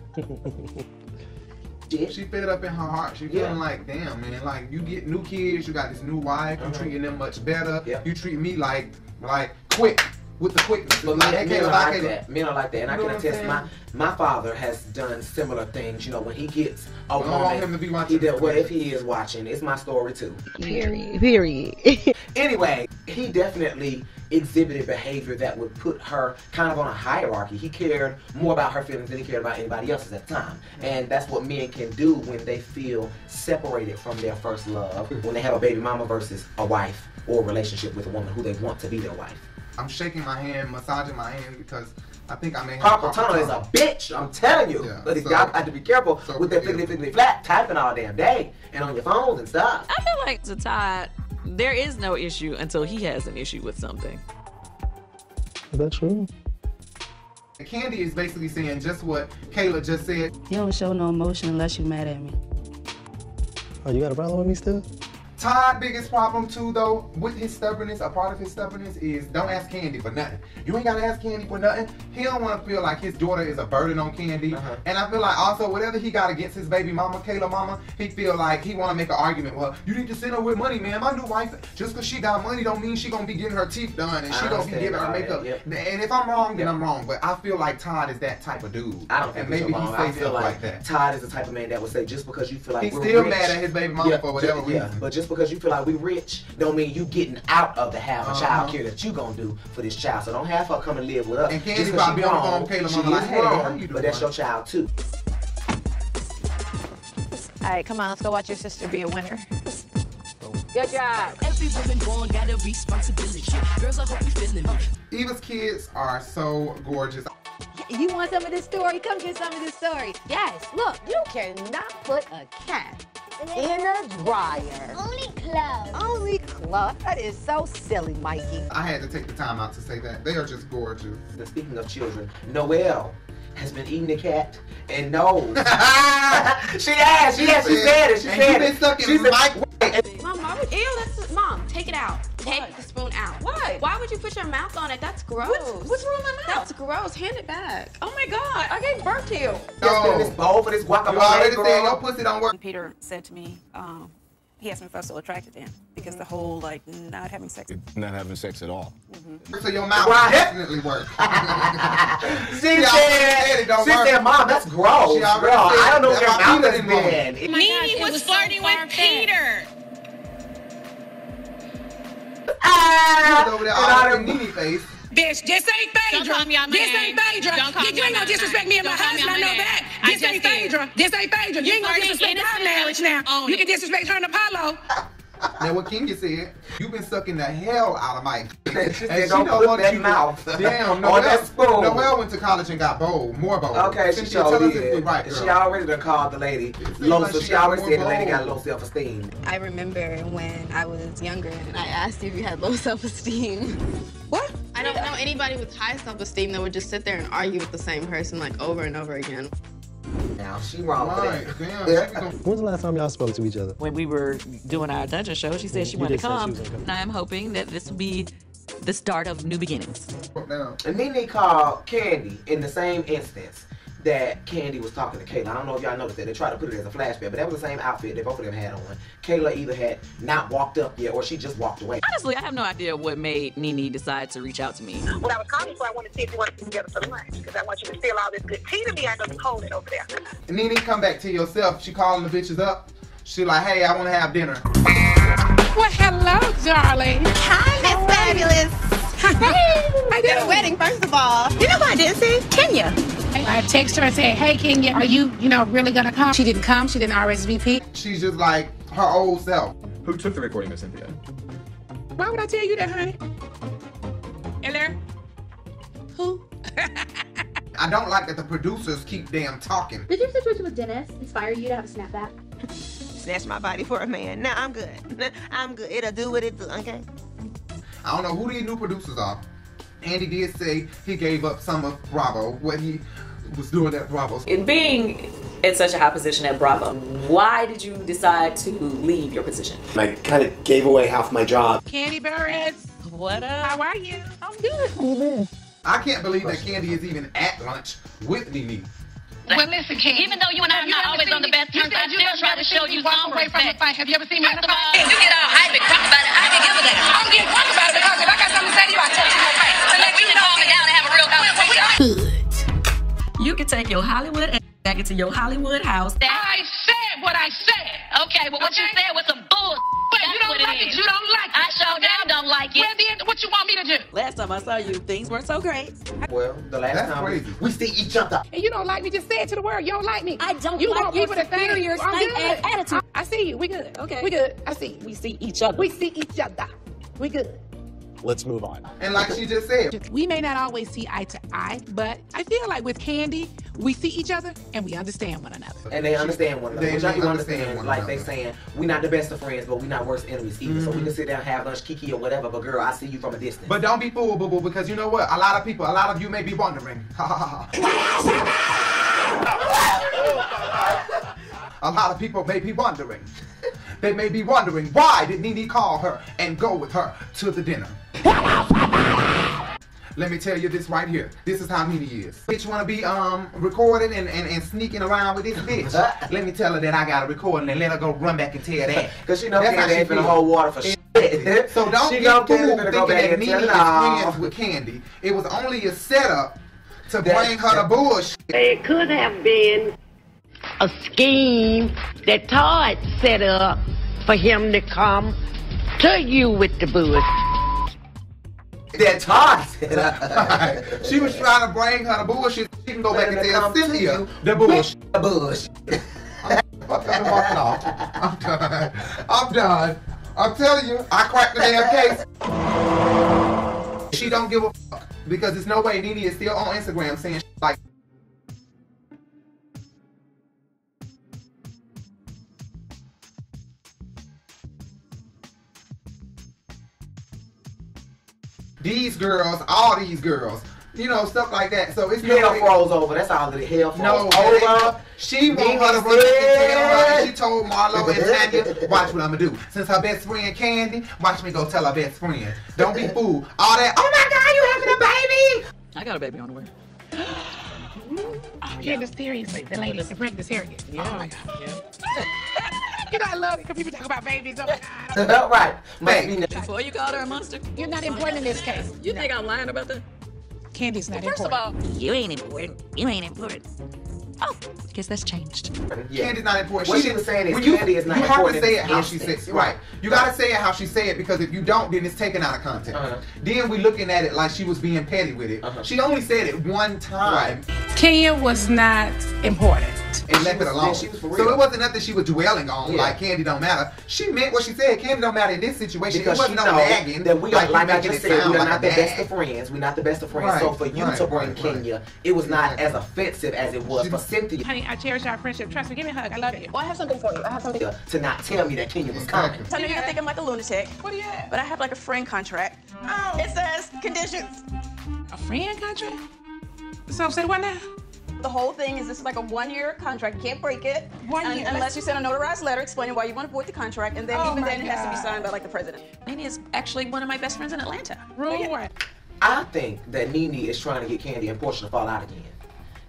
Speaker 1: She fed up in her heart. She feeling
Speaker 19: Yeah.
Speaker 1: like, damn, man. Like you get new kids, you got this new wife.
Speaker 4: Uh-huh.
Speaker 1: You treating them much better. You treat me like, like quick with the quickness.
Speaker 4: But
Speaker 1: Like,
Speaker 4: men,
Speaker 1: hey,
Speaker 4: men are
Speaker 1: Caleb, I
Speaker 4: like
Speaker 1: can't-
Speaker 4: that. Men are like that, and
Speaker 1: You
Speaker 4: I
Speaker 1: know
Speaker 4: can
Speaker 1: what I'm
Speaker 4: attest.
Speaker 1: saying?
Speaker 4: My my father has done similar things. You know, when he gets a
Speaker 1: I don't want
Speaker 4: woman,
Speaker 1: him to be
Speaker 4: he did. What if he is watching? It's my story too.
Speaker 9: Period. Period. [laughs]
Speaker 4: anyway, he definitely exhibited behavior that would put her kind of on a hierarchy. He cared more about her feelings than he cared about anybody else's at the time. And that's what men can do when they feel separated from their first love, when they have a baby mama versus a wife or a relationship with a woman who they want to be their wife.
Speaker 1: I'm shaking my hand, massaging my hand because I think I may have
Speaker 4: Carpal tunnel is a bitch, I'm telling you.
Speaker 1: Yeah,
Speaker 4: but
Speaker 1: so-
Speaker 4: y'all got to be careful with that fiddly fiddly flat typing all damn day and on your phones and stuff.
Speaker 6: I feel like to Todd, there is no issue until he has an issue with something.
Speaker 18: Is that true?
Speaker 1: Candy is basically saying just what Kayla just said.
Speaker 19: You don't show no emotion unless you mad at me.
Speaker 18: Oh, you got a problem with me still?
Speaker 1: Todd' biggest problem too, though, with his stubbornness, a part of his stubbornness is don't ask Candy for nothing. You ain't gotta ask Candy for nothing. He don't want to feel like his daughter is a burden on Candy,
Speaker 4: Uh-huh.
Speaker 1: and I feel like also whatever he got against his baby mama, Kayla mama, he feel like he want to make an argument. Well, you need to send her with money, man. My new wife, just cause she got money, don't mean she gonna be getting her teeth done and
Speaker 4: I
Speaker 1: she gonna be
Speaker 4: understand
Speaker 1: giving her
Speaker 4: all that,
Speaker 1: makeup.
Speaker 4: yep.
Speaker 1: And if I'm wrong, then I'm wrong. But I feel like Todd is that type of dude,
Speaker 4: I don't think
Speaker 1: and maybe
Speaker 4: it's
Speaker 1: he
Speaker 4: wrong.
Speaker 1: say
Speaker 4: I feel
Speaker 1: stuff
Speaker 4: like,
Speaker 1: like that.
Speaker 4: Todd is the type of man that would say just because you feel like
Speaker 1: He's
Speaker 4: we're
Speaker 1: still
Speaker 4: rich-
Speaker 1: mad at his baby mama for whatever
Speaker 4: ju- yeah,
Speaker 1: reason.
Speaker 4: But just because you feel like we rich, don't mean you getting out of the half of
Speaker 1: Uh-huh.
Speaker 4: child care that you gonna do for this child. So don't have her come and live with us.
Speaker 1: And Candy
Speaker 4: Just 'cause
Speaker 1: probably
Speaker 4: she
Speaker 1: on the
Speaker 4: wrong,
Speaker 1: phone with Kayla
Speaker 4: she
Speaker 1: mama like,
Speaker 4: is
Speaker 1: "Hey, how
Speaker 4: wrong,
Speaker 1: you
Speaker 4: but
Speaker 1: doing?"
Speaker 4: that's your child too.
Speaker 20: All right, come on, let's go watch your sister be a winner.
Speaker 6: Good job.
Speaker 21: Every woman born got a responsibility. Girls, I hope you feeling me.
Speaker 1: Eva's kids are so gorgeous.
Speaker 22: You want some of this story? Come get some of this story. Yes, look, you cannot put a cat in a dryer. Only clothes. Only clothes. That is so silly, Mikey.
Speaker 1: I had to take the time out to say that. They are just gorgeous. [laughs]
Speaker 4: Now, Speaking of children, Noelle has been eating the cat and knows. she has, she has, she said it, she
Speaker 1: And you
Speaker 4: said
Speaker 1: been
Speaker 4: it.
Speaker 1: sucking
Speaker 4: She said-
Speaker 1: Mike-
Speaker 23: Mom, why would ew? That's mom. Take it out. Take the spoon out. What? Why would you put your mouth on it? That's gross. What's, wrong with my mouth? That's gross. Hand it back. Oh my god, I gave birth to you.
Speaker 4: Yes, this bowl for this guacamole.
Speaker 1: You already
Speaker 4: girl.
Speaker 1: said your pussy don't work.
Speaker 24: Peter said to me, um, he asked me if I was still attracted to him because the whole like not having sex.
Speaker 25: Not having sex at all.
Speaker 1: So your mouth
Speaker 25: Right.
Speaker 1: definitely works.
Speaker 4: She
Speaker 1: She already said
Speaker 4: said,
Speaker 1: it don't
Speaker 4: she
Speaker 1: work.
Speaker 4: said, Mom, that's gross.
Speaker 1: She
Speaker 4: Girl,
Speaker 1: already said
Speaker 4: I don't know
Speaker 1: that
Speaker 4: where your
Speaker 1: my
Speaker 4: mouth
Speaker 1: penis
Speaker 4: has been.
Speaker 1: belong.
Speaker 23: Nini was, flirting with Peter.
Speaker 4: Ah,
Speaker 24: [laughs]
Speaker 1: over there
Speaker 4: and
Speaker 1: all
Speaker 4: I
Speaker 1: in Nene face.
Speaker 23: Bitch, this ain't Phaedra. this ain't Phaedra. You, you ain't gonna disrespect me and my husband. I know that. This ain't Phaedra. This ain't Phaedra. You ain't gonna disrespect our marriage now. You can disrespect her and Apollo.
Speaker 1: Now what Kenya said, you've been sucking the hell out
Speaker 4: [laughs]
Speaker 1: of Mike. and she
Speaker 4: said, "Don't put that
Speaker 1: to-
Speaker 4: mouth
Speaker 1: Damn,
Speaker 4: on
Speaker 1: Noelle,
Speaker 4: that spoon."
Speaker 1: Noelle went to college and got bold, more bold.
Speaker 4: Okay, she
Speaker 1: Cynthia,
Speaker 4: sure
Speaker 1: Uh, tell us if
Speaker 4: did.
Speaker 1: we right, girl.
Speaker 4: She already done called the lady low,
Speaker 1: like
Speaker 4: so
Speaker 1: she
Speaker 4: she
Speaker 1: got
Speaker 4: already
Speaker 1: more
Speaker 4: said the lady
Speaker 1: bold.
Speaker 4: got low self-esteem.
Speaker 26: I remember when I was younger and I asked you if you had low [laughs] self esteem. What? I don't know anybody with high self esteem that would just sit there and argue with the same person like over and over again.
Speaker 4: Now she wrong for that.
Speaker 18: When's the last time y'all spoke to each other?
Speaker 6: When we were doing our dungeon show, she said she
Speaker 18: You
Speaker 6: wanted
Speaker 18: did
Speaker 6: to
Speaker 18: say she
Speaker 6: come,
Speaker 18: was gonna come.
Speaker 6: and I am hoping that this will be the start of new beginnings.
Speaker 4: And Nene called Candy in the same instance that Candy was talking to Kayla. I don't know if y'all noticed that. They tried to put it as a flashback, but that was the same outfit that both of them had on. Kayla either had not walked up yet or she just walked away.
Speaker 6: Honestly, I have no idea what made Nene decide to reach out to me.
Speaker 16: When I was calling you, I wanted to see if you wanted to get together for lunch because I want you to spill all this good tea to me I know you're holding over there.
Speaker 1: And Nene come back to yourself. She calling the bitches up. She like, hey, I wanna have dinner.
Speaker 2: Well, hello, darling.
Speaker 9: Hi, Miss Fabulous.
Speaker 2: Hey, I did a wedding,
Speaker 9: first of all. You know who I did see? Kenya.
Speaker 2: I texted her and said, hey, Kenya, are you, you know, really gonna come? She didn't come. She didn't RSVP.
Speaker 1: She's just like her old self.
Speaker 27: Who took the recording of Cynthia?
Speaker 2: Why would I tell you that, honey?
Speaker 27: Eller?
Speaker 1: I don't like that the producers keep damn talking.
Speaker 28: Did your situation with Dennis inspire you to have a snapback?
Speaker 27: Snatch my body for a man. Nah, I'm good. Nah, I'm good. It'll do what it do, okay?
Speaker 1: I don't know who these new producers are. Andy did say he gave up some of Bravo, what he was doing at Bravo.
Speaker 29: It being
Speaker 3: in such a high position at Bravo. Why did you decide to leave your position?
Speaker 5: I kind of gave away half my job.
Speaker 3: Candy Burris.
Speaker 6: What up? How
Speaker 3: are you? I'm
Speaker 1: good. I can't believe that Candy is even at lunch with Nene.
Speaker 8: Well, listen, King. Even though you and I are not always on the best terms, I still try to show you some respect. From a fight. Have you ever seen me in a fight?
Speaker 10: You get all hype and crunk about it. I can give a damn. I'm getting crunk about it because if I got something to say to you, I tell you in your face. So let you calm it down and have a real conversation.
Speaker 6: You can take your Hollywood ass back into your Hollywood house.
Speaker 8: I said what I said. Okay, but what you said was some bull. you don't like it. You don't like it. I sure damn don't like it. Well, then, what you want me to do?
Speaker 6: Last time I saw you, things weren't so great.
Speaker 4: Well, the last time we- we see each other.
Speaker 2: And you don't like me, just say it to the world. You don't like me. I don't you
Speaker 3: like
Speaker 2: want
Speaker 3: your
Speaker 2: people to think
Speaker 3: superior
Speaker 2: I'm
Speaker 3: stank
Speaker 2: good.
Speaker 3: ass attitude.
Speaker 2: I see you. We good.
Speaker 3: Okay.
Speaker 2: We good. I see you.
Speaker 3: We see each other.
Speaker 2: We see each other. We good.
Speaker 5: Let's move on.
Speaker 1: And like she just said,
Speaker 2: We may not always see eye to eye, but I feel like with Candy, we see each other and we understand one another.
Speaker 4: And they understand one another.
Speaker 1: They
Speaker 4: Which I can
Speaker 1: understand
Speaker 4: understand,
Speaker 1: one
Speaker 4: like
Speaker 1: another. Mm-hmm.
Speaker 4: they saying, we're not the best of friends, but we're not worst enemies either. So we can sit down, have lunch, kiki or whatever. But girl, I see you from a distance.
Speaker 1: But don't be fooled, boo boo, because you know what? A lot of people, a lot of you may be wondering.
Speaker 4: [laughs]
Speaker 1: a lot of people may be wondering. They may be wondering why did Nene call her and go with her to the dinner? Let me tell you this right here. This is how Nene is. Bitch wanna be um recording and, and, and sneaking around with this
Speaker 4: [laughs]
Speaker 1: bitch. Let me tell her that I got a recording and let her go run back and tell that.
Speaker 4: [laughs] Cause you know Candy ain't finna hold water for [laughs] shit.
Speaker 1: [laughs] So don't
Speaker 4: She
Speaker 1: get
Speaker 4: know Candy
Speaker 1: fooled
Speaker 4: finna go back
Speaker 1: thinking that
Speaker 4: and
Speaker 1: Nene
Speaker 4: tell
Speaker 1: is
Speaker 4: her.
Speaker 1: friends with Candy. It was only a setup to bring her to bullshit.
Speaker 12: It could have been a scheme that Todd set up for him to come to you with the booze.
Speaker 4: That's hot.
Speaker 1: [laughs] She was trying to bring her the bullshit. She can go back and tell Cynthia the bullshit.
Speaker 4: The bullshit.
Speaker 1: I'm done walking off. I'm done. I'm done. I'm telling you, I cracked the damn case. She don't give a fuck because there's no way Nene is still on Instagram saying shit like these girls, all these girls, you know, stuff like that. So it's
Speaker 4: Hell
Speaker 1: way-
Speaker 4: froze over. That's all that hell froze
Speaker 1: No,
Speaker 4: over.
Speaker 1: She
Speaker 4: Nene
Speaker 1: won't let her run back and tell her.
Speaker 4: said- [laughs]
Speaker 1: She told Marlo and Tanya, watch what I'ma do. Since her best friend Candy, watch me go tell her best friend. Don't be fooled. All that, oh my god, you having a baby!
Speaker 6: I got a baby on the way.
Speaker 2: Oh, yeah, no, seriously. The ladies, the break this hair again. Oh, my God. [laughs] you know, I love it because people talk about babies. Oh, my
Speaker 4: [laughs]
Speaker 2: God.
Speaker 4: right.
Speaker 6: Before you called her a monster,
Speaker 2: you're not important in this case.
Speaker 6: You think I'm lying about that?
Speaker 2: Candy's not
Speaker 6: First of
Speaker 2: important.
Speaker 6: all, you ain't important. You ain't important. Oh, guess that's changed.
Speaker 1: Candy's not
Speaker 4: What
Speaker 1: important. She
Speaker 4: she
Speaker 1: didn't-
Speaker 4: was saying is
Speaker 1: when you-
Speaker 4: Candy is not
Speaker 1: You have to
Speaker 4: important
Speaker 1: say
Speaker 4: in
Speaker 1: it how
Speaker 4: this
Speaker 1: she
Speaker 4: instance.
Speaker 1: says it. Right. You gotta say it how she say it because if you don't, then it's taken out of context.
Speaker 4: Uh-huh.
Speaker 1: Then we looking at it like she was being petty with it. She only said it one time
Speaker 2: Kenya was not important.
Speaker 1: and left it alone. So it wasn't nothing she was dwelling on.
Speaker 4: Yeah.
Speaker 1: Like Candy don't matter. She meant what she said. Candy don't matter in this situation.
Speaker 4: Because
Speaker 1: it
Speaker 4: she
Speaker 1: wasn't no
Speaker 4: know
Speaker 1: nagging.
Speaker 4: that we are,
Speaker 1: you
Speaker 4: like, I
Speaker 1: making
Speaker 4: just
Speaker 1: it
Speaker 4: said,
Speaker 1: sound
Speaker 4: we are
Speaker 1: like
Speaker 4: not
Speaker 1: a
Speaker 4: the
Speaker 1: nag.
Speaker 4: best of friends. We're not the best of friends.
Speaker 1: Right,
Speaker 4: so for you
Speaker 1: right,
Speaker 4: to bring Kenya, it was not as offensive as it was for Cynthia
Speaker 2: Honey, I cherish our friendship. Trust me. Give me a hug. I love you. Well, I have something for you. I have something.
Speaker 4: to not tell me that Kenya was coming.
Speaker 24: Tell me you think I'm like a lunatic. What do you have? But I have like a friend contract. Oh. It says conditions.
Speaker 2: A friend contract? So say what now?
Speaker 24: The whole thing is this is like a one-year contract. You can't break it.
Speaker 2: One
Speaker 24: un-
Speaker 2: year.
Speaker 24: Unless you send a notarized letter explaining why you want to void the contract, and then
Speaker 2: Oh
Speaker 24: even
Speaker 2: my
Speaker 24: then it has to be
Speaker 2: God.
Speaker 24: signed by like the president. Amy is actually one of my best friends in Atlanta.
Speaker 2: Rule one.
Speaker 4: I think that Nene is trying to get Candy and Portia to fall out again.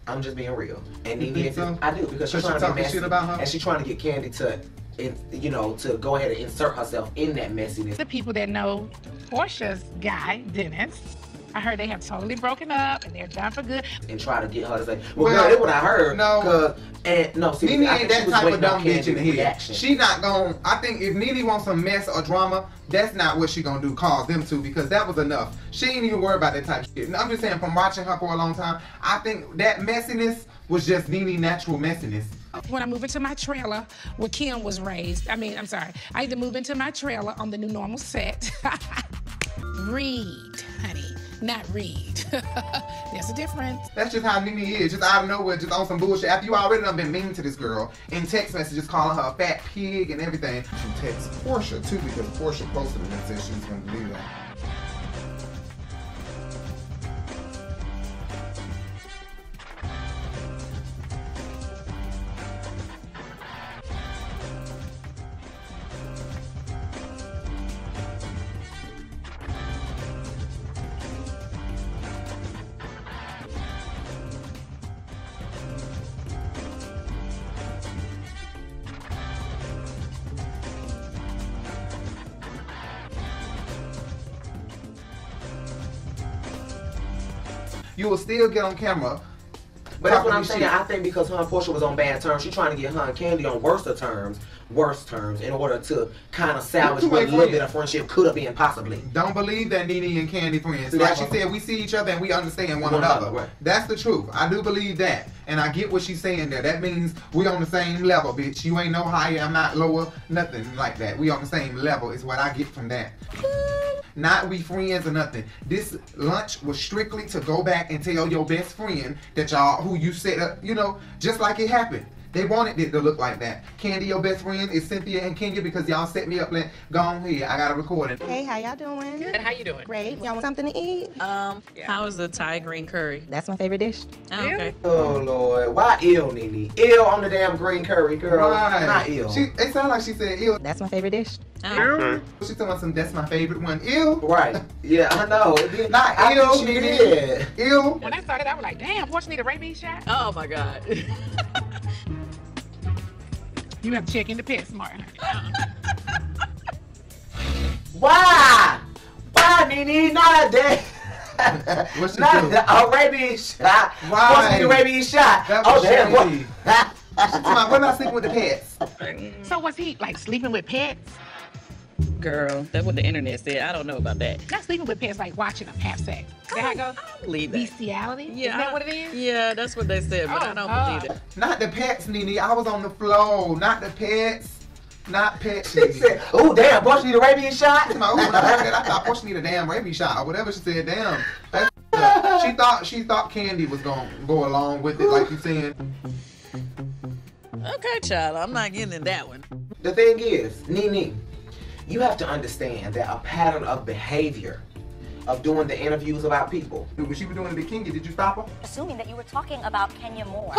Speaker 4: I'm just being real. And
Speaker 1: You
Speaker 4: Nene,
Speaker 1: think
Speaker 4: is,
Speaker 1: so?
Speaker 4: I do because she's
Speaker 1: Because she
Speaker 4: trying to be
Speaker 1: talking
Speaker 4: messy,
Speaker 1: shit about her?
Speaker 4: and she's trying to get Candy to, in, you know, to go ahead and insert herself in that messiness.
Speaker 2: The people that know Portia's guy, Dennis, I heard they have totally broken up and they're done for good.
Speaker 4: and try to get her to say, "Well,
Speaker 1: Well,
Speaker 4: girl, that's what I heard."
Speaker 1: no.
Speaker 4: No, and no, see,
Speaker 1: Nene
Speaker 4: I
Speaker 1: ain't
Speaker 4: think
Speaker 1: that
Speaker 4: she was
Speaker 1: type of
Speaker 4: waiting on
Speaker 1: dumb bitch
Speaker 4: Candy's
Speaker 1: in here.
Speaker 4: reaction.
Speaker 1: She not gon' I think if Nene wants some mess or drama, that's not what she gonna do. Cause them to because that was enough. She ain't even worried about that type of shit. And I'm just saying from watching her for a long time, I think that messiness was just Nene natural messiness.
Speaker 2: When I move into my trailer where Kim was raised, I mean, I'm sorry, I had to move into my trailer on the new normal set. [laughs] read, honey, not read. [laughs] There's a difference.
Speaker 1: That's just how Nene is, just out of nowhere, just on some bullshit. After you already done been mean to this girl in text messages, calling her a fat pig and everything. She texts Portia too because Portia posted it and said she was gonna believe that. you will still get on camera.
Speaker 4: But that's
Speaker 1: talking
Speaker 4: what I'm
Speaker 1: this
Speaker 4: saying.
Speaker 1: shit.
Speaker 4: I think because her and Portia was on bad terms, she's trying to get her and Candy on worse terms, worse terms, in order to kind of salvage what
Speaker 1: Two-way
Speaker 4: little
Speaker 1: friends.
Speaker 4: bit of friendship could have been possibly.
Speaker 1: Don't believe that Nene and Candy friends. Like she said, we see each other and we understand one
Speaker 4: One
Speaker 1: another.
Speaker 4: another, right.
Speaker 1: That's the truth. I do believe that. And I get what she's saying there. That means we on the same level, bitch. You ain't no higher, I'm not lower, nothing like that. We on the same level is what I get from that. Not we friends or nothing. This lunch was strictly to go back and tell your best friend that y'all who you set up, you know, just like it happened. They wanted it to look like that. Candy, your best friend, is Cynthia and Kenya because y'all set me up. Like, go on here. I got a recording.
Speaker 10: Hey, how y'all doing? Good. How you doing? Great. Y'all want something to
Speaker 27: Uh,
Speaker 10: eat? Um,
Speaker 6: How is the Thai green curry?
Speaker 10: That's my favorite dish.
Speaker 6: okay.
Speaker 4: Oh Lord, why ill, Nene? Ill on the damn green curry, girl.
Speaker 1: Right.
Speaker 4: Not ill.
Speaker 1: She, it sounded like she said ill.
Speaker 10: That's my favorite dish.
Speaker 6: Oh,
Speaker 1: Okay. She talking about some. That's my favorite one. Ill.
Speaker 4: Right. Yeah, I know. It did-
Speaker 1: Not
Speaker 4: I
Speaker 1: ill.
Speaker 4: think she did.
Speaker 1: Ill.
Speaker 2: When I started, I was like, damn, Portia need a rabies shot.
Speaker 6: Oh my God.
Speaker 2: [laughs] You have to check into PetSmart.
Speaker 4: Why? Why, Nene? Not [laughs] that.
Speaker 1: What's the
Speaker 4: Not
Speaker 1: deal?
Speaker 4: the a rabies shot.
Speaker 1: Why?
Speaker 4: What's the rabies shot?
Speaker 1: That
Speaker 4: Oh
Speaker 1: was
Speaker 4: damn. What?
Speaker 1: shady. What about sleeping with the pets?
Speaker 2: So was he like sleeping with pets?
Speaker 6: Girl, that's what the internet said. I don't know about that.
Speaker 2: Not sleeping with pets, like watching them have sex. Is that how it goes?
Speaker 6: Believe that.
Speaker 2: Bestiality?
Speaker 6: Yeah,
Speaker 2: Is
Speaker 6: I-
Speaker 2: that what it is?
Speaker 6: Yeah, that's what they said, but
Speaker 2: Oh,
Speaker 6: I don't
Speaker 2: God.
Speaker 6: believe it.
Speaker 1: Not the pets, Nene. I was on the floor. Not the pets. Not pets.
Speaker 4: [laughs] She said, "Ooh, damn, Portia need a rabies shot."
Speaker 1: She
Speaker 4: [laughs]
Speaker 1: talking about, "Ooh, when I heard that, I thought Portia need a damn rabies shot or whatever. She said, damn. That's up. she thought she thought Candy was gonna go along with it, like you said.
Speaker 6: Okay, child, I'm not getting in that one.
Speaker 4: The thing is, Nene, you have to understand that a pattern of behavior of doing the interviews about people.
Speaker 1: When she was doing the bikini, did you stop her?
Speaker 7: Assuming that you were talking about Kenya Moore.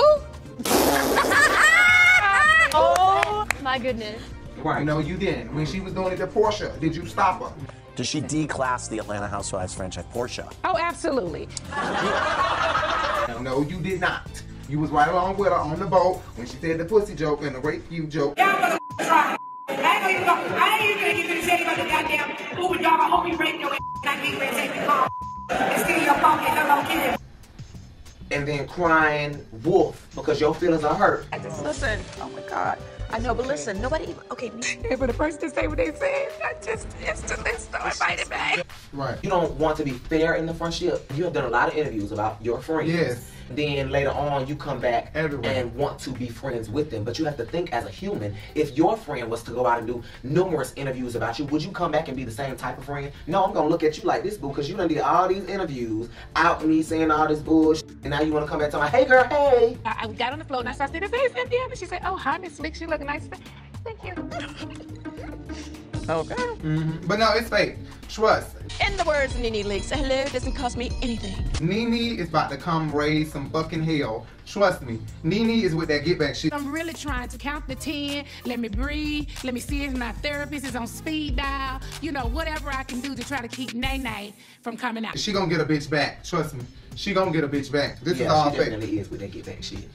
Speaker 11: Oh my goodness.
Speaker 1: Right. No, you didn't. When she was doing it to Portia, did you stop her?
Speaker 5: Does she declass the Atlanta Housewives franchise? Portia.
Speaker 2: Oh, absolutely.
Speaker 1: No, you did not. You was right along with her on the boat when she said the pussy joke and the rape you joke.
Speaker 10: I ain't even gonna get you to say about the goddamn Uber driver. Hope you break your ass. I need to take the car and steal your fucking hello kid.
Speaker 4: And then crying wolf because your feelings are hurt.
Speaker 24: Listen, oh my God. I know, but listen, nobody even, okay.
Speaker 6: [laughs]
Speaker 2: but the person to say what they said, I just, it's the list, though. Invite it back.
Speaker 1: Right.
Speaker 4: You don't want to be fair in the friendship. You have done a lot of interviews about your friends.
Speaker 1: Yes.
Speaker 4: Then later on, you come back and want to be friends with them. But you have to think as a human. If your friend was to go out and do numerous interviews about you, would you come back and be the same type of friend? No, I'm gonna look at you like this, boo, because you done did all these interviews out me saying all this bullshit, and now you wanna come back to my hey, girl, hey.
Speaker 2: I, I got on the floor and I started saying, hey, Cynthia. And she said, oh, hi, Miss Slick. She look nice. Thank you.
Speaker 1: Okay. hmm But no, it's fake. Trust.
Speaker 26: In the words of Nene Leaks, hello doesn't cost me anything.
Speaker 1: Nene is about to come raise some fucking hell. Trust me. Nene is with that get back shit.
Speaker 2: [laughs] I'm really trying to count the 10. Let me breathe. Let me see if my therapist is on speed dial. You know, whatever I can do to try to keep Nay Nay from coming out.
Speaker 1: She gonna get a bitch back. Trust me. She gonna get a bitch back. This
Speaker 4: yeah,
Speaker 1: is all
Speaker 4: she
Speaker 1: fake. Oh,
Speaker 4: definitely is with that get back shit.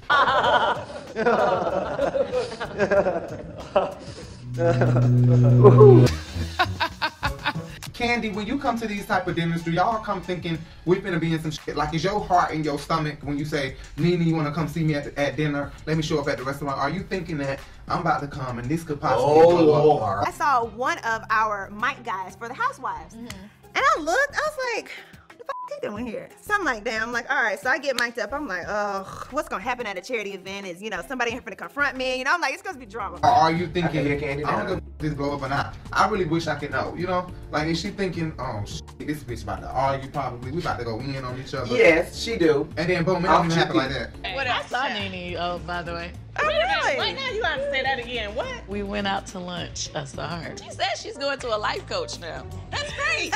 Speaker 1: Candy, when you come to these type of dinners, do y'all come thinking we finna be in some shit? Like, is your heart in your stomach when you say, Nene, you wanna come see me at, at dinner? Let me show up at the restaurant. Are you thinking that I'm about to come and this could possibly
Speaker 4: Oh,
Speaker 1: blow up?
Speaker 4: Lord.
Speaker 10: I saw one of our mic guys for the housewives.
Speaker 27: Mm-hmm.
Speaker 10: And I looked, I was like, what the f- they doing here? So I'm like, damn, I'm like, all right. So I get mic'd up. I'm like, oh, what's gonna happen at a charity event is, you know, somebody here finna confront me. You know, I'm like, it's gonna be drama.
Speaker 1: Or are you thinking,
Speaker 4: Okay,
Speaker 1: I,
Speaker 4: okay,
Speaker 1: don't give a if this blow up or not? I really wish I could know, you know? Like, is she thinking, oh, shit, this bitch about to argue probably. We about to go in on each other.
Speaker 4: Yes, she do.
Speaker 1: And then boom, it
Speaker 4: Off
Speaker 1: don't even
Speaker 4: she
Speaker 1: happen
Speaker 4: be.
Speaker 1: like that.
Speaker 6: What I saw Nene, oh, by the way.
Speaker 10: Oh, really?
Speaker 6: Wait, now you have to say that again. What? We went out to lunch. I saw her. She said she's going to a life coach now. That's great.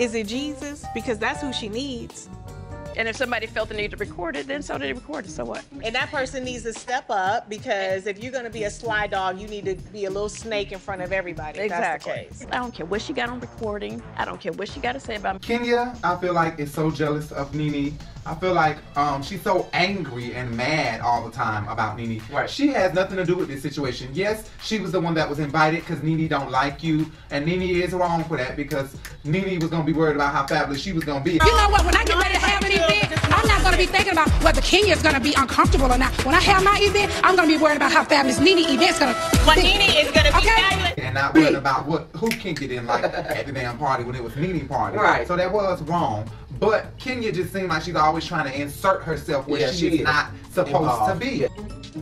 Speaker 13: Is it Jesus? Because that's who she needs. And if somebody felt the need to record it, then so did it record it. So what?
Speaker 14: And that person needs to step up because if you're going to be a sly dog, you need to be a little snake in front of everybody. if that's the case.
Speaker 13: I don't care what she got on recording. I don't care what she got to say about me.
Speaker 1: Kenya, I feel like, is so jealous of Nene I feel like um, she's so angry and mad all the time about Nene. Right. She has nothing to do with this situation. Yes, she was the one that was invited because Nene don't like you, and Nene is wrong for that because Nene was gonna be worried about how fabulous she was gonna be.
Speaker 2: You know what? When I get ready to have an event, I'm not going to be thinking about whether Kenya's going to be uncomfortable or not. When I have my event, I'm going to be worried about how fabulous Nene event's going to. What Nene is going to be fabulous.
Speaker 1: and not worried about what who Kenya didn't like at the damn party when it was Nene party.
Speaker 4: Right.
Speaker 1: So that was wrong. But Kenya just seemed like she's always trying to insert herself where
Speaker 4: Yeah,
Speaker 1: she's
Speaker 4: she is.
Speaker 1: not supposed
Speaker 4: Involved.
Speaker 1: to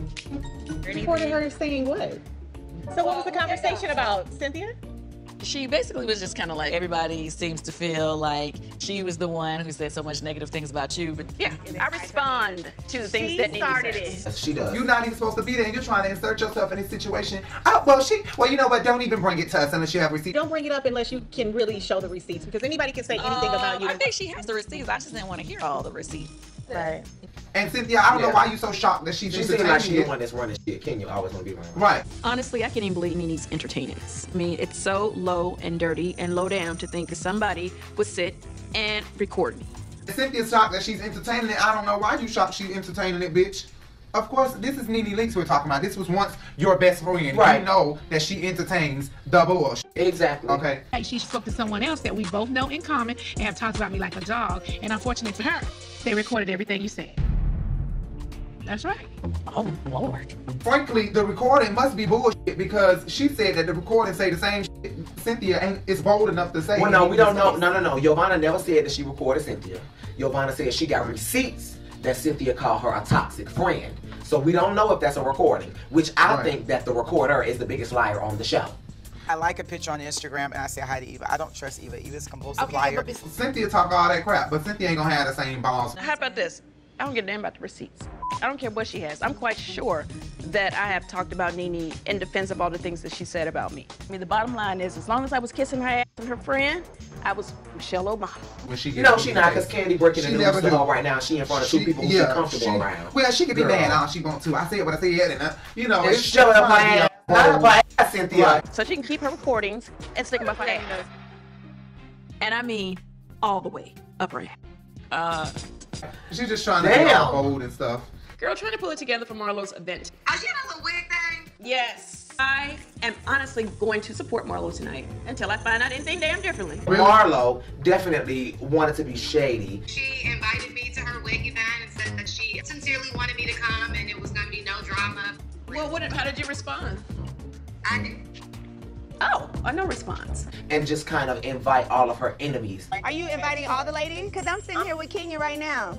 Speaker 1: be.
Speaker 14: Recorded her singing what? So what was the conversation about, Cynthia?
Speaker 6: She basically was just kind of like everybody seems to feel like she was the one who said so much negative things about you, but yeah,
Speaker 13: I respond to the things
Speaker 6: She
Speaker 13: that need to
Speaker 6: started
Speaker 13: be
Speaker 6: it.
Speaker 13: said.
Speaker 4: She does.
Speaker 1: You're not even supposed to be there. and You're trying to insert yourself in a situation. Oh well, she. Well, you know what? Don't even bring it to us unless you have receipts.
Speaker 14: Don't bring it up unless you can really show the receipts because anybody can say anything about you.
Speaker 6: Uh, I think she has the receipts. I just didn't want to hear all the receipts.
Speaker 14: Right.
Speaker 1: And Cynthia, I don't know
Speaker 4: Yeah.
Speaker 1: why you're so shocked that she's
Speaker 4: She
Speaker 1: just
Speaker 4: seems like
Speaker 1: attacking
Speaker 4: she's the
Speaker 1: it.
Speaker 4: one that's running shit. Kenya always gonna be running.
Speaker 1: Right.
Speaker 6: Honestly, I can't even believe Nene's entertaining this. I mean, it's so low and dirty and low down to think that somebody would sit and record me.
Speaker 1: Cynthia's shocked that she's entertaining it. I don't know why you shocked she's entertaining it, bitch. Of course, this is Nene Leaks we're talking about. This was once your best friend.
Speaker 4: Right.
Speaker 1: You know that she entertains the bullshit.
Speaker 4: Exactly.
Speaker 1: Okay.
Speaker 2: Hey, she spoke to someone else that we both know in common and have talked about me like a dog. And unfortunately for her, they recorded everything you said. That's right.
Speaker 6: Oh Lord.
Speaker 1: Frankly, the recording must be bullshit because she said that the recording say the same shit. Cynthia ain't is bold enough to say.
Speaker 4: Well, no, we don't know. No, no, no. Giovanna never said that she recorded Cynthia. Giovanna said she got receipts that Cynthia called her a toxic friend. So we don't know if that's a recording, which I
Speaker 15: Right.
Speaker 4: think that the recorder is the biggest liar on the show.
Speaker 15: I like a picture on Instagram and I say hi to Eva. I don't trust Eva. Eva's a compulsive
Speaker 13: Okay,
Speaker 15: liar.
Speaker 13: but this-
Speaker 1: Cynthia talk all that crap, but Cynthia ain't gonna have the same balls.
Speaker 13: How about this? I don't give a damn about the receipts. I don't care what she has. I'm quite sure that I have talked about Nene in defense of all the things that she said about me. I mean, the bottom line is, as long as I was kissing her ass and her friend, I was Michelle Obama.
Speaker 1: When she
Speaker 4: No, she not, because Candy breaking
Speaker 1: She
Speaker 4: the
Speaker 1: never
Speaker 4: news to
Speaker 1: do.
Speaker 4: her right now. She in front of two people who she comfortable
Speaker 1: she-
Speaker 4: around.
Speaker 1: Well, she could be
Speaker 4: Girl.
Speaker 1: mad all she wants to. I said what I said, and uh, you know,
Speaker 4: Just shut up my ass. Not
Speaker 1: [laughs]
Speaker 4: up my ass, Cynthia.
Speaker 13: So she can keep her recordings and stick 'em up her ass.
Speaker 6: And I mean, all the way up her ass. Uh,
Speaker 1: She's just trying to be
Speaker 6: Damn.
Speaker 1: all bold and stuff.
Speaker 6: Girl, trying to pull it together for Marlo's event. Are you on the wig thing? Yes. I am honestly going to support Marlo tonight until I find out anything damn differently.
Speaker 4: Marlo definitely wanted to be shady.
Speaker 17: She invited me to her wig event and said that she sincerely wanted me to come and it was going to be no drama.
Speaker 6: Well, what? How did you respond?
Speaker 17: I didn't.
Speaker 6: Oh, a no response.
Speaker 4: and just kind of invite all of her enemies.
Speaker 27: Are you inviting all the ladies? Because I'm sitting here with Kenya right now.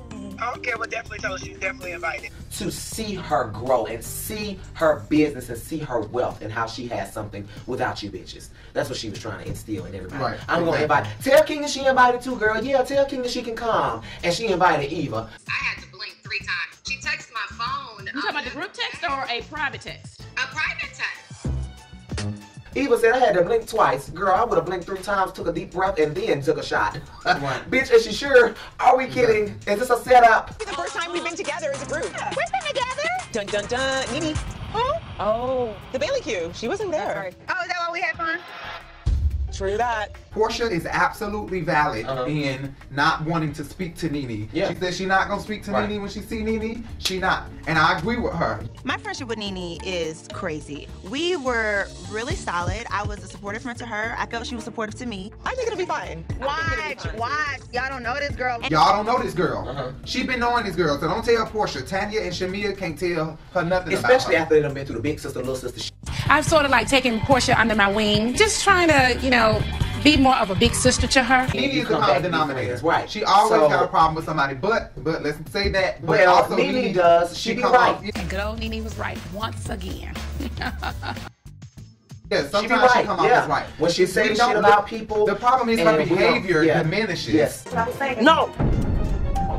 Speaker 27: Okay, well, definitely tell us she's definitely invited.
Speaker 4: to see her grow and see her business and see her wealth and how she has something without you bitches. That's what she was trying to instill in everybody.
Speaker 15: Right,
Speaker 4: I'm gonna invite.
Speaker 15: exactly.
Speaker 4: Tell King that she invited too, girl. Yeah, tell King that she can come. And she invited Eva.
Speaker 17: I had to blink three times. She texted my phone. You
Speaker 6: talking about the group text or a private text?
Speaker 17: A private text.
Speaker 4: Eva said I had to blink twice. Girl, I would have blinked three times, took a deep breath, and then took a shot. [laughs] Bitch, is she sure? Are we kidding? Is this a setup?
Speaker 27: The first time we've been together as a group. We've been together. Dun dun dun. Nene. Huh? Oh. The Bailey Q. She wasn't there. Oh, is that why we had fun?
Speaker 1: True that. Portia is absolutely valid
Speaker 4: Uh-huh.
Speaker 1: in not wanting to speak to Nene. She said she not gonna speak to Nene when she see Nene. She not, and I agree with her.
Speaker 27: My friendship with Nene is crazy. We were really solid. I was a supportive friend to her. I felt she was supportive to me. I think it'll be fine. Watch, watch. Y'all don't know this girl.
Speaker 1: Y'all don't know this girl.
Speaker 4: Uh-huh.
Speaker 1: She been knowing this girl, so don't tell Portia. Tanya and Shamia can't tell her nothing
Speaker 4: Especially
Speaker 1: about
Speaker 4: after they done been through the big sister, little sister shit.
Speaker 2: I've sort of like taken Portia under my wing, just trying to, you know, be more of a big sister to her.
Speaker 1: her. Nene is the common denominator. Right. She always
Speaker 4: So-
Speaker 1: got a problem with somebody, but but let's say that. But
Speaker 4: Well,
Speaker 1: also
Speaker 4: Nene does. She be
Speaker 1: come
Speaker 4: right.
Speaker 1: off-
Speaker 2: And good old Nene was right once again.
Speaker 1: Yeah,
Speaker 4: be
Speaker 1: sometimes she,
Speaker 4: right,
Speaker 1: come out
Speaker 4: yeah.
Speaker 1: as right.
Speaker 4: When she
Speaker 1: We
Speaker 4: say shit
Speaker 1: don't-
Speaker 4: about people
Speaker 1: the problem is her
Speaker 4: and we don't-
Speaker 1: behavior
Speaker 4: yeah.
Speaker 1: diminishes.
Speaker 4: Yes.
Speaker 19: No.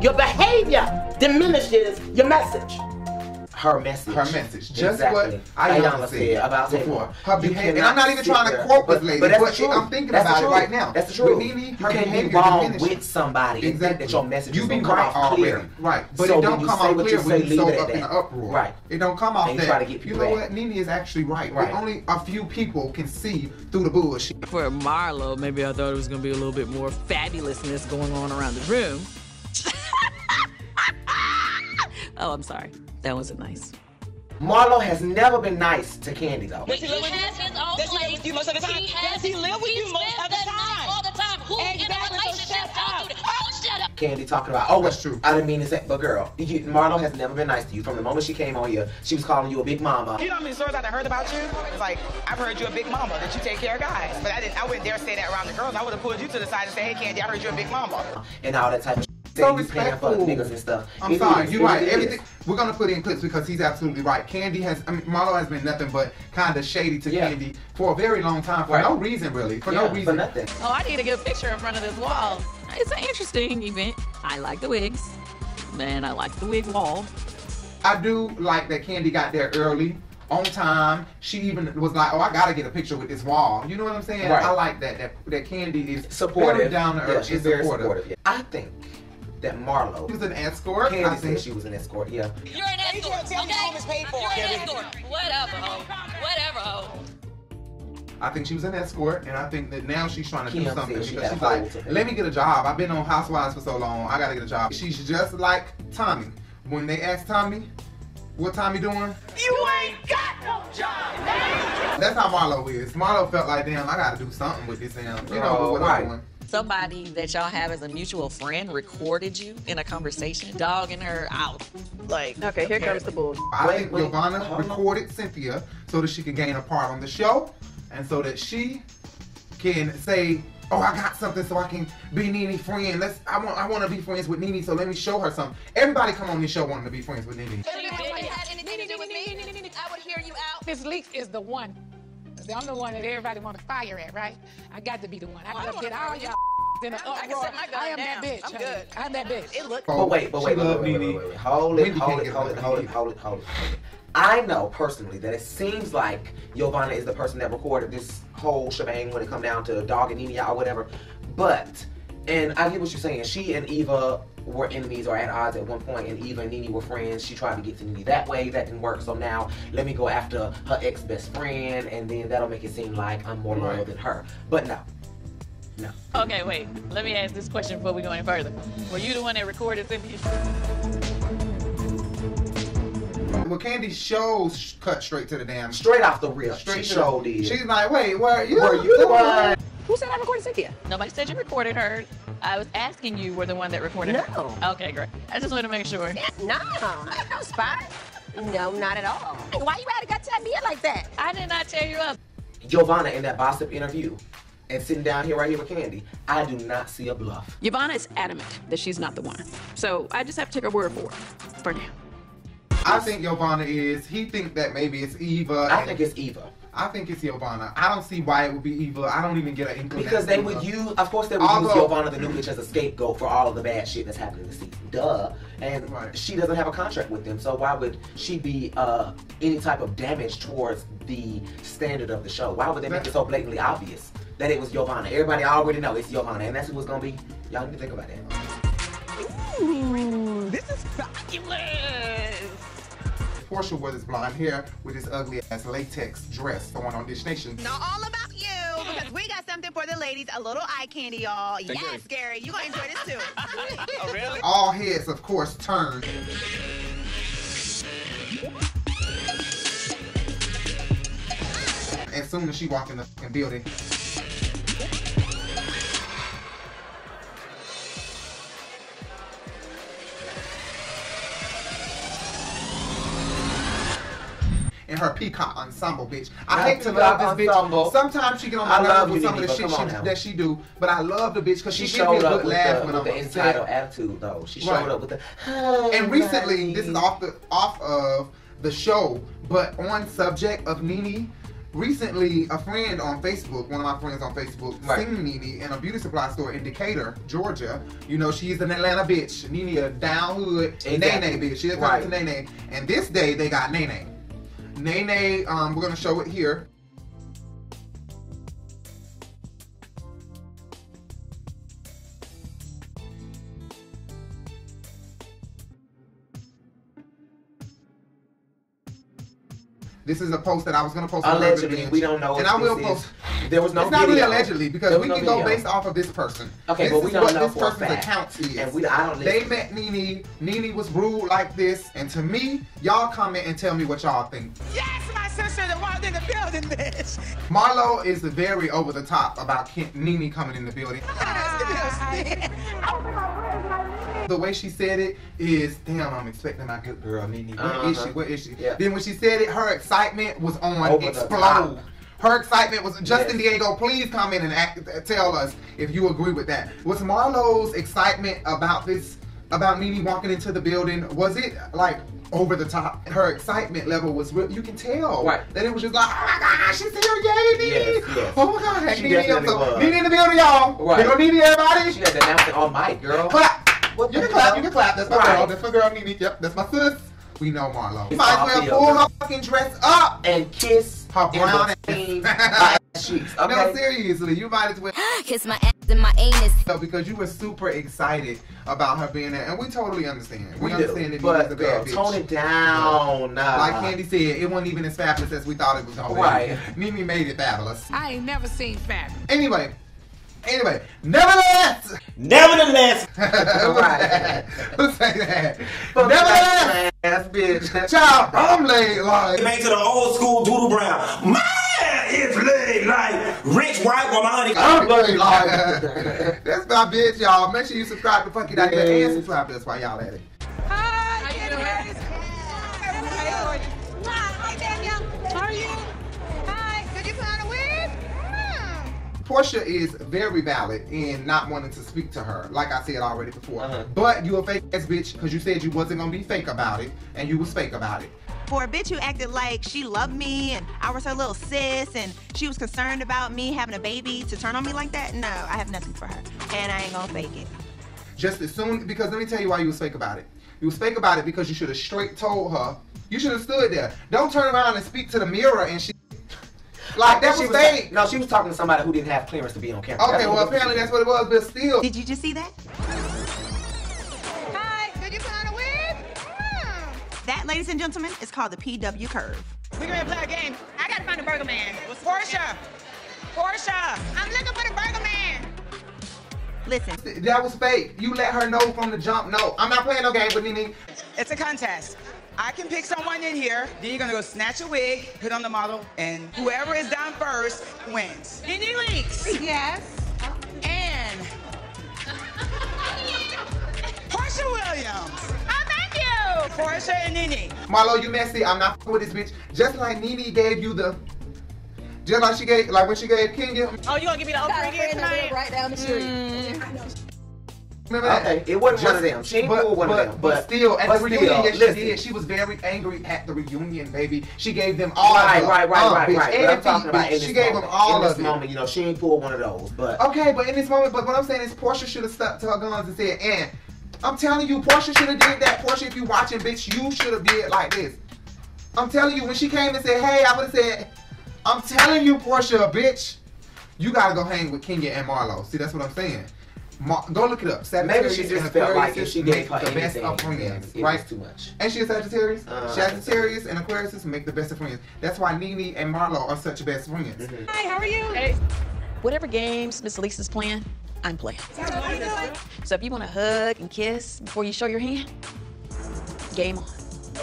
Speaker 19: Your behavior diminishes your message.
Speaker 4: her message.
Speaker 1: Her message. Just
Speaker 4: Exactly.
Speaker 1: what I
Speaker 4: Ayana
Speaker 1: said
Speaker 4: about
Speaker 1: before.
Speaker 4: Taylor.
Speaker 1: Her
Speaker 4: You
Speaker 1: behavior. And
Speaker 4: cannot
Speaker 1: I'm not even
Speaker 4: sit
Speaker 1: trying to
Speaker 4: there.
Speaker 1: quote
Speaker 4: But-
Speaker 1: this lady,
Speaker 4: but that's the
Speaker 1: but
Speaker 4: truth.
Speaker 1: I'm thinking
Speaker 4: That's the
Speaker 1: about it
Speaker 4: truth.
Speaker 1: right now.
Speaker 4: That's the
Speaker 1: With
Speaker 4: truth.
Speaker 1: Nene,
Speaker 4: you
Speaker 1: her
Speaker 4: can't be
Speaker 1: behavior
Speaker 4: wrong
Speaker 1: diminishes.
Speaker 4: with somebody and think that your message
Speaker 1: You
Speaker 4: is
Speaker 1: been
Speaker 4: going to
Speaker 1: right
Speaker 4: come out
Speaker 1: already.
Speaker 4: clear.
Speaker 1: Right. But
Speaker 4: So
Speaker 1: it
Speaker 4: when
Speaker 1: don't
Speaker 4: you
Speaker 1: come
Speaker 4: say
Speaker 1: out
Speaker 4: what
Speaker 1: clear
Speaker 4: you
Speaker 1: when
Speaker 4: say,
Speaker 1: you
Speaker 4: leave
Speaker 1: so
Speaker 4: it at
Speaker 1: up in
Speaker 4: that.
Speaker 1: the uproar.
Speaker 4: Right.
Speaker 1: It don't come off
Speaker 4: And
Speaker 1: that.
Speaker 4: you try to get
Speaker 1: You
Speaker 4: people
Speaker 1: know
Speaker 4: back.
Speaker 1: what? Nene is actually right.
Speaker 4: Right.
Speaker 1: But only a few people can see through the bullshit.
Speaker 6: For Marlo, maybe I thought it was gonna be a little bit more fabulousness going on around the room. [laughs] Oh, I'm sorry. That wasn't nice.
Speaker 4: Marlo has never been nice to Candy though.
Speaker 8: He has his own
Speaker 14: Does he live
Speaker 8: place.
Speaker 14: with you most of the time?
Speaker 8: He has.
Speaker 14: Does he live with you most of
Speaker 8: spends
Speaker 14: the
Speaker 8: that night
Speaker 14: time?
Speaker 8: All the time. Who in a
Speaker 14: Exactly, so
Speaker 8: relationship? don't do that? Oh, shut up.
Speaker 4: Candy talking about, oh, that's true. I didn't mean to say, but girl, you, Marlo has never been nice to you. From the moment she came on here, she was calling you a big mama.
Speaker 15: You know how many stories I've heard about you? It's like, I've heard you a big mama, that you take care of guys. But I didn't, I wouldn't dare say that around the girls. I would have pulled you to the side and said, hey, Candy, I heard you're a big mama.
Speaker 4: and all that type of
Speaker 1: So
Speaker 4: shit. Saying you paying for
Speaker 1: respectful.
Speaker 4: niggas and stuff.
Speaker 1: I'm
Speaker 4: It
Speaker 1: sorry,
Speaker 4: is,
Speaker 1: you're
Speaker 4: it
Speaker 1: right.
Speaker 4: is.
Speaker 1: Everything we're gonna put in clips because he's absolutely right. Candy has, I mean, Marlo has been nothing but kind of shady to Candy for a very long time for no reason really, for no
Speaker 4: Yeah, for
Speaker 1: reason.
Speaker 4: nothing.
Speaker 6: Oh, I need to get a picture in front of this wall. It's an interesting event. I like the wigs. Man, I like the wig wall.
Speaker 1: I do like that Candy got there early, on time. She even was like, "Oh, I gotta get a picture with this wall." You know what I'm saying?
Speaker 4: Right.
Speaker 1: I like that. That that Candy is very
Speaker 4: Supportive.
Speaker 1: down to
Speaker 4: Yeah,
Speaker 1: earth.
Speaker 4: she's
Speaker 1: is
Speaker 4: very
Speaker 1: supportive.
Speaker 4: supportive, yeah. I think that Marlo. She
Speaker 1: was an escort.
Speaker 4: Candy
Speaker 1: I
Speaker 4: said
Speaker 1: think.
Speaker 4: she was an escort. Yeah.
Speaker 8: You're an escort. Okay. You're an escort. Whatever, ho. Whatever, ho.
Speaker 1: I think she was an escort, and I think that now she's trying to do
Speaker 4: Kim
Speaker 1: something
Speaker 4: said
Speaker 1: because
Speaker 4: she
Speaker 1: she's
Speaker 4: got a hold to
Speaker 1: like,
Speaker 4: her.
Speaker 1: "Let me get a job. I've been on Housewives for so long. I gotta get a job." She's just like Tommy. When they asked Tommy, "What Tommy doing?"
Speaker 8: You ain't got no job, man.
Speaker 1: That's how Marlo is. Marlo felt like, "Damn, I gotta do something with this damn." You know
Speaker 6: Girl,
Speaker 1: what
Speaker 6: right.
Speaker 1: I'm doing.
Speaker 6: Somebody that y'all have as a mutual friend recorded you in a conversation, dogging her out. Like,
Speaker 13: Okay, here comes the bull.
Speaker 1: I think Giovanna recorded Cynthia so that she could gain a part on the show and so that she can say, Oh, I got something so I can be Nene friend. Let's I want I wanna be friends with Nene, so let me show her something. Everybody come on this show wanting to be friends with Nene.
Speaker 8: If it had anything to do with me, I would hear you out.
Speaker 2: This leak is the one. 'Cause I'm the one that everybody want to fire at, right? I got to be the one. I
Speaker 8: Well, Oh, I
Speaker 2: got to
Speaker 8: don't
Speaker 2: get
Speaker 8: wanna
Speaker 2: all
Speaker 8: fire you.
Speaker 2: y'all [laughs] in the
Speaker 8: I can
Speaker 2: uproar.
Speaker 8: set my gun
Speaker 2: I am that
Speaker 8: down.
Speaker 2: bitch.
Speaker 8: I'm
Speaker 2: honey.
Speaker 8: good.
Speaker 2: I'm that bitch. It looked.
Speaker 4: But wait, but wait,
Speaker 1: Oh,
Speaker 4: wait,
Speaker 1: She loved
Speaker 4: wait, wait,
Speaker 1: Nene.
Speaker 4: wait, wait, wait. Hold it,
Speaker 1: Wendy
Speaker 4: hold
Speaker 1: can't
Speaker 4: it,
Speaker 1: get
Speaker 4: hold
Speaker 1: rid
Speaker 4: it,
Speaker 1: of
Speaker 4: hold it, hold it, hold it. I know personally that it seems like Giovanna is the person that recorded this whole shebang when it come down to dog and Nene or whatever. But and I get what you're saying. She and Eva were enemies or at odds at one point, and Eva and Nene were friends. She tried to get to Nene that way. That didn't work. So now let me go after her ex best friend, and then that'll make it seem like I'm more loyal than her. But no,
Speaker 6: Okay, wait. Let me ask this question before we go any further. Were you the one that recorded Cynthia?
Speaker 1: Well Candy shows sh- cut straight to the damn
Speaker 4: straight off the rip.
Speaker 1: Straight
Speaker 4: she
Speaker 1: to
Speaker 4: showed
Speaker 1: the,
Speaker 4: did.
Speaker 1: She's like, wait, were you
Speaker 4: Were you the one?
Speaker 6: Who said I recorded Cynthia? Nobody said you recorded her. I was asking you were the one that recorded her. No. Okay, great. I just wanted to make sure.
Speaker 9: No, ain't no spot. No, not at all. Why you had to go to that bed like that?
Speaker 6: I did not tear you up.
Speaker 4: Giovanna in that gossip interview and sitting down here right here with Candy, I do not see a bluff.
Speaker 6: Yvonne is adamant that she's not the one. So I just have to take her word for it for now.
Speaker 1: I think Giovanna is. He think that maybe it's Eva.
Speaker 4: I think it's Eva.
Speaker 1: I think it's Giovanna. I don't see why it would be Eva. I don't even get an inkling.
Speaker 4: Because
Speaker 1: that
Speaker 4: they
Speaker 1: it's
Speaker 4: would
Speaker 1: Eva.
Speaker 4: use, of course, they would use
Speaker 1: Although-
Speaker 4: Giovanna the new bitch as a scapegoat for all of the bad shit that's happening this season. Duh. And she doesn't have a contract with them, so why would she be uh, any type of damage towards the standard of the show? Why would they make it so blatantly obvious that it was Giovanna? Everybody already know it's Giovanna, and that's who it's gonna be. Y'all need to think about that.
Speaker 8: Ooh, this is fabulous.
Speaker 1: Portia wore this blonde hair with this ugly ass latex dress on on Dish Nation.
Speaker 9: Not all about you, because we got something for the ladies. A little eye candy, y'all.
Speaker 1: Thank
Speaker 9: Yes,
Speaker 1: you.
Speaker 9: Gary, you gonna enjoy this too. oh, really?
Speaker 1: All heads, of course, turned. As soon as she walked in the fucking building, in her peacock ensemble, bitch. I
Speaker 4: Not
Speaker 1: hate to
Speaker 4: peacock
Speaker 1: love this
Speaker 4: ensemble.
Speaker 1: bitch. Sometimes she get on
Speaker 4: I
Speaker 1: my
Speaker 4: love
Speaker 1: nerves with
Speaker 4: you,
Speaker 1: some of the
Speaker 4: Nene,
Speaker 1: shit
Speaker 4: but come
Speaker 1: she,
Speaker 4: on now.
Speaker 1: that she do, but I love the bitch because
Speaker 4: She
Speaker 1: she, gives me a
Speaker 4: showed up
Speaker 1: good
Speaker 4: with
Speaker 1: laugh
Speaker 4: the,
Speaker 1: when
Speaker 4: with
Speaker 1: I'm
Speaker 4: the
Speaker 1: upset.
Speaker 4: entitled attitude, though. She showed
Speaker 1: Right.
Speaker 4: up with the
Speaker 1: And recently, this is off the off of the show, but on subject of Nene. Recently, a friend on Facebook, one of my friends on Facebook, seen Nene in a beauty supply store in Decatur, Georgia. You know, she's an Atlanta bitch. Nene a down hood,
Speaker 4: Exactly.
Speaker 1: Nene bitch. She's
Speaker 4: Right.
Speaker 1: right. to Nene. And this day, they got Nene. Nene, um, we're going to show it here. This is a post that I was going to post. on Urban
Speaker 4: Allegedly,
Speaker 1: Bench,
Speaker 4: we don't know.
Speaker 1: And
Speaker 4: if
Speaker 1: I will
Speaker 4: this
Speaker 1: post.
Speaker 4: Is. There was no.
Speaker 1: It's not really
Speaker 4: video.
Speaker 1: allegedly because
Speaker 4: There was
Speaker 1: we
Speaker 4: no
Speaker 1: can go
Speaker 4: video.
Speaker 1: based off of this person.
Speaker 4: Okay,
Speaker 1: this
Speaker 4: but we
Speaker 1: is
Speaker 4: don't
Speaker 1: what
Speaker 4: know
Speaker 1: this
Speaker 4: for a
Speaker 1: person's
Speaker 4: fact.
Speaker 1: account is.
Speaker 4: And we- I don't
Speaker 1: they
Speaker 4: listen.
Speaker 1: met Nene. Nene was rude like this, and to me, y'all comment and tell me what y'all think.
Speaker 15: Yes, my sister, the one in the building, bitch.
Speaker 1: Marlo is very over the top about Ken- Nene coming in the building. The way she said it is, damn, I'm expecting my good girl Nene. Where is
Speaker 4: Uh-huh.
Speaker 1: she? Where is she?
Speaker 4: Yeah.
Speaker 1: Then when she said it, her excitement was on
Speaker 4: Over the
Speaker 1: explode.
Speaker 4: top.
Speaker 1: Her excitement was Justin
Speaker 4: Yes.
Speaker 1: Diego. Please comment and act, tell us if you agree with that. Was Marlo's excitement about this, about Nene walking into the building, was it like over the top? Her excitement level was real. You can tell
Speaker 4: Right.
Speaker 1: that it was just like, oh my gosh, she's here, yay, Nene!
Speaker 4: Yes, yes.
Speaker 1: Oh my God, hey,
Speaker 4: She
Speaker 1: Nene, I'm
Speaker 4: definitely
Speaker 1: so,
Speaker 4: was.
Speaker 1: Nene in the building, y'all.
Speaker 4: Right.
Speaker 1: Right. They don't need everybody.
Speaker 4: She had to announce it on mic, girl.
Speaker 1: Clap.
Speaker 4: What
Speaker 1: You
Speaker 4: the
Speaker 1: can clap,
Speaker 4: hell?
Speaker 1: you can clap. That's my
Speaker 4: Right.
Speaker 1: girl. That's my girl, Nene. Yep, that's my sis. We know Marlo. You
Speaker 4: It's
Speaker 1: might as
Speaker 4: all
Speaker 1: well pull her
Speaker 4: filled.
Speaker 1: fucking dress up.
Speaker 4: And kiss
Speaker 1: her brown [laughs]
Speaker 4: between
Speaker 1: ass.
Speaker 4: cheeks.
Speaker 1: No,
Speaker 4: Okay.
Speaker 1: seriously, you might as well [gasps]
Speaker 16: Kiss my ass and my anus.
Speaker 1: No, because you were super excited about her being there, and we totally understand. We,
Speaker 4: We do,
Speaker 1: understand that
Speaker 4: but,
Speaker 1: Nene's a bad
Speaker 4: girl,
Speaker 1: bitch.
Speaker 4: tone it down, nah.
Speaker 1: Like Candy said, it wasn't even as fabulous as we thought it was going
Speaker 4: Right.
Speaker 1: to be. Nene made it fabulous.
Speaker 2: I ain't never seen fabulous.
Speaker 1: Anyway, anyway, nevertheless,
Speaker 4: Nevertheless.
Speaker 1: [laughs] right. Who's saying that? Nevertheless,
Speaker 4: ass bitch.
Speaker 1: [laughs] Child, I'm laid like.
Speaker 18: Made to the old school Doodle Brown. Mine is laid like rich white woman.
Speaker 1: I'm laid like. [laughs] That's my bitch, y'all. Make sure you subscribe to Funky Dr. and subscribe to us while y'all at it. Portia is very valid in not wanting to speak to her, like I said already before. But you a fake ass bitch because you said you wasn't gonna be fake about it, and you was fake about it.
Speaker 27: For a bitch who acted like she loved me and I was her little sis and she was concerned about me having a baby to turn on me like that, no, I have nothing for her. And I ain't gonna fake it.
Speaker 1: Just as soon because let me tell you why you was fake about it. You was fake about it because you should have straight told her. You should have stood there. Don't turn around and speak to the mirror and shit. Like that
Speaker 4: she
Speaker 1: was fake.
Speaker 4: No, she was talking to somebody who didn't have clearance to be on camera.
Speaker 1: Okay, well apparently that's what it was, but still.
Speaker 27: Did you just see that? That, ladies and gentlemen, is called the PW curve.
Speaker 8: We're gonna play a game. I gotta find a burger man. Portia. Portia. I'm looking for the burger man.
Speaker 1: Listen. That was fake. You let her know from the jump. No, I'm not playing no game with Nene.
Speaker 15: It's a contest. I can pick someone in here. Then you're gonna go snatch a wig, put on the model, and whoever is down first wins. Any links? [laughs] Yes. And Portia Williams. Oh, thank you. Portia and Nene.
Speaker 1: Marlo, you messy. I'm not f***ing with this bitch. Just like Nene gave you the, just like she gave, like when she gave Kenya.
Speaker 14: Oh, you gonna give me the
Speaker 16: Got a
Speaker 14: upgrade
Speaker 16: friend that live
Speaker 14: tonight?
Speaker 16: right down the street.
Speaker 1: Remember that?
Speaker 4: Okay, it wasn't one of them. She ain't fool one of
Speaker 1: but,
Speaker 4: them,
Speaker 1: But
Speaker 4: but-
Speaker 1: still, at
Speaker 4: but
Speaker 1: the
Speaker 4: still,
Speaker 1: reunion, yes,
Speaker 4: listen.
Speaker 1: she did. She was very angry at the reunion, baby. She gave them all.
Speaker 4: right,
Speaker 1: the,
Speaker 4: right, right,
Speaker 1: uh,
Speaker 4: right,
Speaker 1: bitch,
Speaker 4: right. But I'm
Speaker 1: everything,
Speaker 4: talking about
Speaker 1: bitch.
Speaker 4: in this
Speaker 1: She gave
Speaker 4: moment.
Speaker 1: them all
Speaker 4: in this
Speaker 1: of it. Oh,
Speaker 4: moment. You know, she ain't pulled one of those, but
Speaker 1: Okay, but in this moment, but what I'm saying is Portia should have stuck to her guns and said, and I'm telling you, Portia should have did that. Portia, if you watching, bitch, you should have did like this. I'm telling you, when she came and said, hey, I would have said, I'm telling you, Portia, bitch, you gotta go hang with Kenya and Marlo. See, that's what I'm saying. Mar- go look it up.
Speaker 4: maybe
Speaker 1: Sagittarius
Speaker 4: she
Speaker 1: and
Speaker 4: just felt like if
Speaker 1: Aquarius
Speaker 4: she gave
Speaker 1: make
Speaker 4: her
Speaker 1: the best
Speaker 4: anything,
Speaker 1: of
Speaker 4: then
Speaker 1: friends,
Speaker 4: it
Speaker 1: right?
Speaker 4: was too
Speaker 1: [laughs]
Speaker 4: much.
Speaker 1: And she a Sagittarius.
Speaker 4: Uh,
Speaker 1: Sagittarius and Aquarius make the best of friends. That's why Nene and Marlo are such best friends.
Speaker 4: Mm-hmm.
Speaker 13: Hi, how are you? Hey. Whatever games Miss Lisa's playing, I'm playing. So if you want to hug and kiss before you show your hand, game on.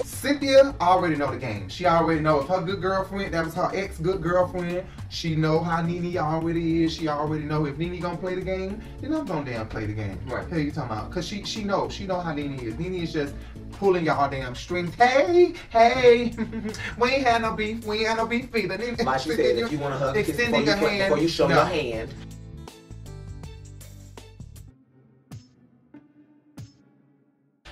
Speaker 1: Cynthia already know the game. She already know if her good girlfriend, that was her ex good girlfriend. She know how Nene already is. She already know if Nene gonna play the game, then I'm gonna damn play the game. Right. Hell you talking about? Cause she she know she know how Nene is. Nene is just pulling y'all damn strings. Hey hey, [laughs] we ain't had no beef. We ain't had no beef either. Nene-
Speaker 4: like she said, if you want to hug kiss before
Speaker 1: extending
Speaker 4: you,
Speaker 1: a
Speaker 4: put-
Speaker 1: hand
Speaker 4: before you show
Speaker 1: no.
Speaker 4: your hand,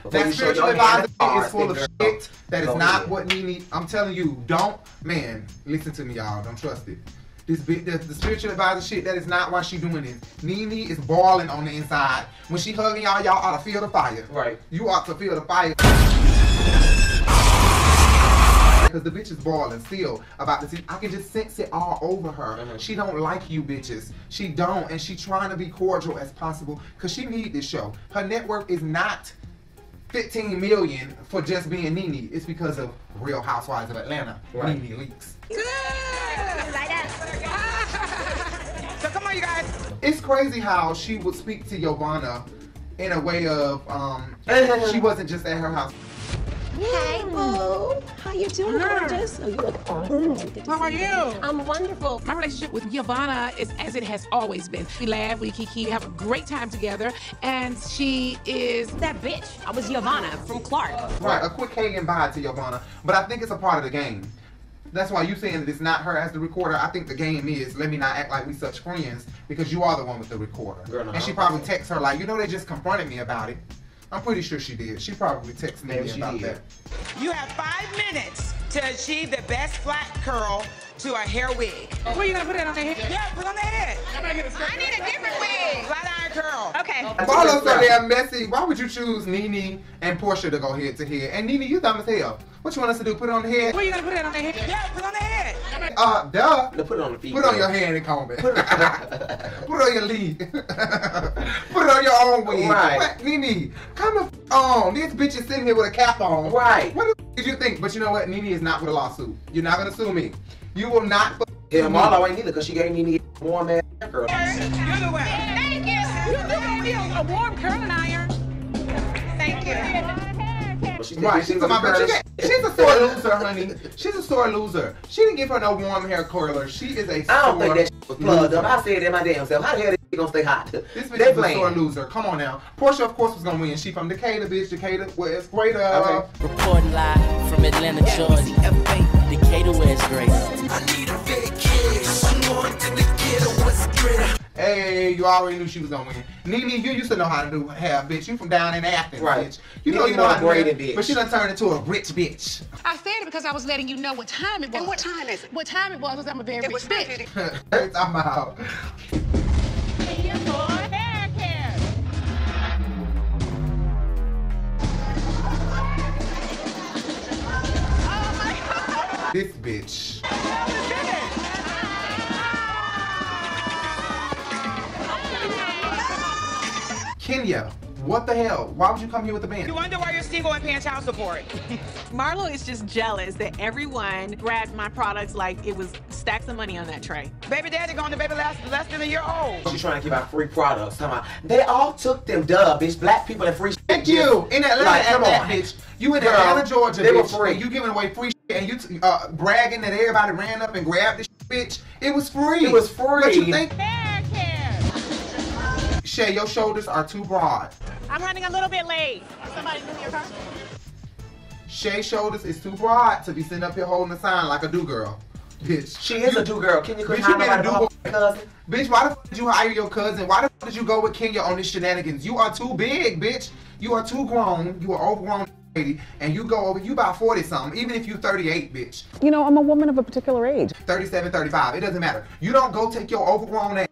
Speaker 4: Before
Speaker 1: That
Speaker 4: you show
Speaker 1: spiritual
Speaker 4: your hand
Speaker 1: advisor
Speaker 4: at bars,
Speaker 1: is full of
Speaker 4: then girl,
Speaker 1: shit. That is
Speaker 4: go
Speaker 1: not
Speaker 4: ahead.
Speaker 1: what Nene. I'm telling you, don't, man. Listen to me, y'all. Don't trust it. This bit, the, the spiritual advisor shit. That is not why she doing this. Nene is boiling on the inside. When she hugging y'all, y'all ought to feel the fire. Right. You ought to feel the fire. Because the bitch is boiling still about this. I can just sense it all over her. She don't like you bitches. She don't, and she trying to be cordial as possible because she need this show. Her network is not 15 million for just being Nene. It's because of Real Housewives of Atlanta.
Speaker 4: Right.
Speaker 1: Nene leaks.
Speaker 15: [laughs] So come on, you guys.
Speaker 1: It's crazy how she would speak to Yovana in a way of
Speaker 15: [laughs]
Speaker 1: um she wasn't just at her house.
Speaker 9: Hey, boo. How you doing, gorgeous? Oh, you look awesome. Good to
Speaker 2: How are
Speaker 9: see
Speaker 2: you?
Speaker 9: I'm wonderful.
Speaker 2: My relationship with Yvonne is as it has always been. We laugh, we kiki, we have a great time together, and she is that bitch. I was Yvonne from Clark.
Speaker 1: Right, a quick hang and bye to Yovana. But I think it's a part of the game. That's why you saying that it's not her as the recorder. I think the game is let me not act like we such friends because you are the one with the recorder.
Speaker 4: Girl, no,
Speaker 1: and she
Speaker 4: I'm-
Speaker 1: probably texts her like, you know, they just confronted me about it. I'm pretty sure she did. She probably texted
Speaker 4: Maybe
Speaker 1: me
Speaker 4: she
Speaker 1: about
Speaker 4: did.
Speaker 1: that.
Speaker 15: You have five minutes to achieve the best flat curl to a hair wig.
Speaker 2: Where you gonna put it on their head?
Speaker 15: Yeah, put it on the head. I need a different wig. Flat iron curl. Okay.
Speaker 1: Marlo so damn messy. Why would you choose Nene and Portia to go head to head? And Nene, you dumb as hell. What you want us to do? Put it on the head?
Speaker 2: Where you gonna put it on their head?
Speaker 15: Yeah, put it on the head.
Speaker 1: Uh, duh.
Speaker 4: No, put it on the feet.
Speaker 1: Put it on your hand and comb it. Put it on your lead. [laughs] Put it on your own wig.
Speaker 4: Right.
Speaker 1: What, Nene? Come the f- on. This bitch is sitting here with a cap on.
Speaker 4: Right.
Speaker 1: What the f- did you think? But you know what? Nene is not with a lawsuit. You're not gonna sue me. You will not. F-
Speaker 4: Yeah,
Speaker 1: sue me.
Speaker 4: Marlo ain't either because she gave Nene a warm ass girl.
Speaker 15: You're the one.
Speaker 8: Thank you.
Speaker 2: You gonna be a warm curling iron.
Speaker 15: Thank you.
Speaker 4: But she
Speaker 1: Right, she's,
Speaker 4: she's
Speaker 1: a my
Speaker 4: girl.
Speaker 1: bitch. She got- she's a sore loser, honey. She's a sore loser. She didn't give her no warm hair curler. She is a sore
Speaker 4: I don't think that shit was plugged
Speaker 1: loser.
Speaker 4: up. I said it in my damn self. How the hell this shit gonna stay hot?
Speaker 1: Mm-hmm. This bitch
Speaker 4: They
Speaker 1: is a sore
Speaker 4: playing.
Speaker 1: loser. Come on now. Portia, of course, was gonna win. She from Decatur, bitch. Decatur, well, it's uh, greater.
Speaker 4: Okay.
Speaker 3: Reporting live from Atlanta, Georgia. Decatur, West Grace.
Speaker 1: Hey, you already knew she was gonna win. Nene, you used to know how to do hair, bitch. You from down in Athens,
Speaker 4: Right.
Speaker 1: bitch. You
Speaker 4: Nene
Speaker 1: know you know
Speaker 4: was
Speaker 1: how
Speaker 4: a
Speaker 1: to do
Speaker 4: braided
Speaker 1: it,
Speaker 4: bitch.
Speaker 1: But she done turned into a rich bitch.
Speaker 2: I said it because I was letting you know what time it was. And what time is it? What time it was was I'm a very rich bitch.
Speaker 1: I'm out. This bitch. Kenya, what the hell? Why would you come here with a band?
Speaker 15: You wonder why you're single and paying child support. [laughs]
Speaker 12: Marlo is just jealous that everyone grabbed my products like it was stacks of money on that tray.
Speaker 15: Baby daddy going to baby less, less than a year old.
Speaker 4: She's trying to give out free products. Come on. They all took them dub, bitch. Black people and free shit.
Speaker 1: Thank you. In Atlanta,
Speaker 4: Like, come
Speaker 1: Atlanta,
Speaker 4: on.
Speaker 1: bitch. You in
Speaker 4: Girl,
Speaker 1: Atlanta, Georgia,
Speaker 4: they were
Speaker 1: bitch,
Speaker 4: free.
Speaker 1: and you giving away free shit, and you t- uh, bragging that everybody ran up and grabbed this bitch. It was free.
Speaker 4: It was
Speaker 1: But you
Speaker 4: free.
Speaker 1: think? Shay, your shoulders are too broad.
Speaker 14: I'm running a little bit late. Somebody move your car.
Speaker 1: Shay's shoulders is too broad to be sitting up here holding a sign like a do girl. Bitch.
Speaker 4: She is a do girl. Can you
Speaker 1: Bitch,
Speaker 4: couldn't
Speaker 1: you
Speaker 4: hire
Speaker 1: been a
Speaker 4: nobody
Speaker 1: do
Speaker 4: but her
Speaker 1: girl.
Speaker 4: f***ing cousin?
Speaker 1: Bitch, why the f- did you hire your cousin? Why the f- did you go with Kenya on these shenanigans? You are too big, bitch. You are too grown. You are overgrown lady, and you go over. You about forty something, even if you thirty eight, bitch.
Speaker 20: You know, I'm a woman of a particular age.
Speaker 1: 37, 35, it doesn't matter. You don't go take your overgrown ass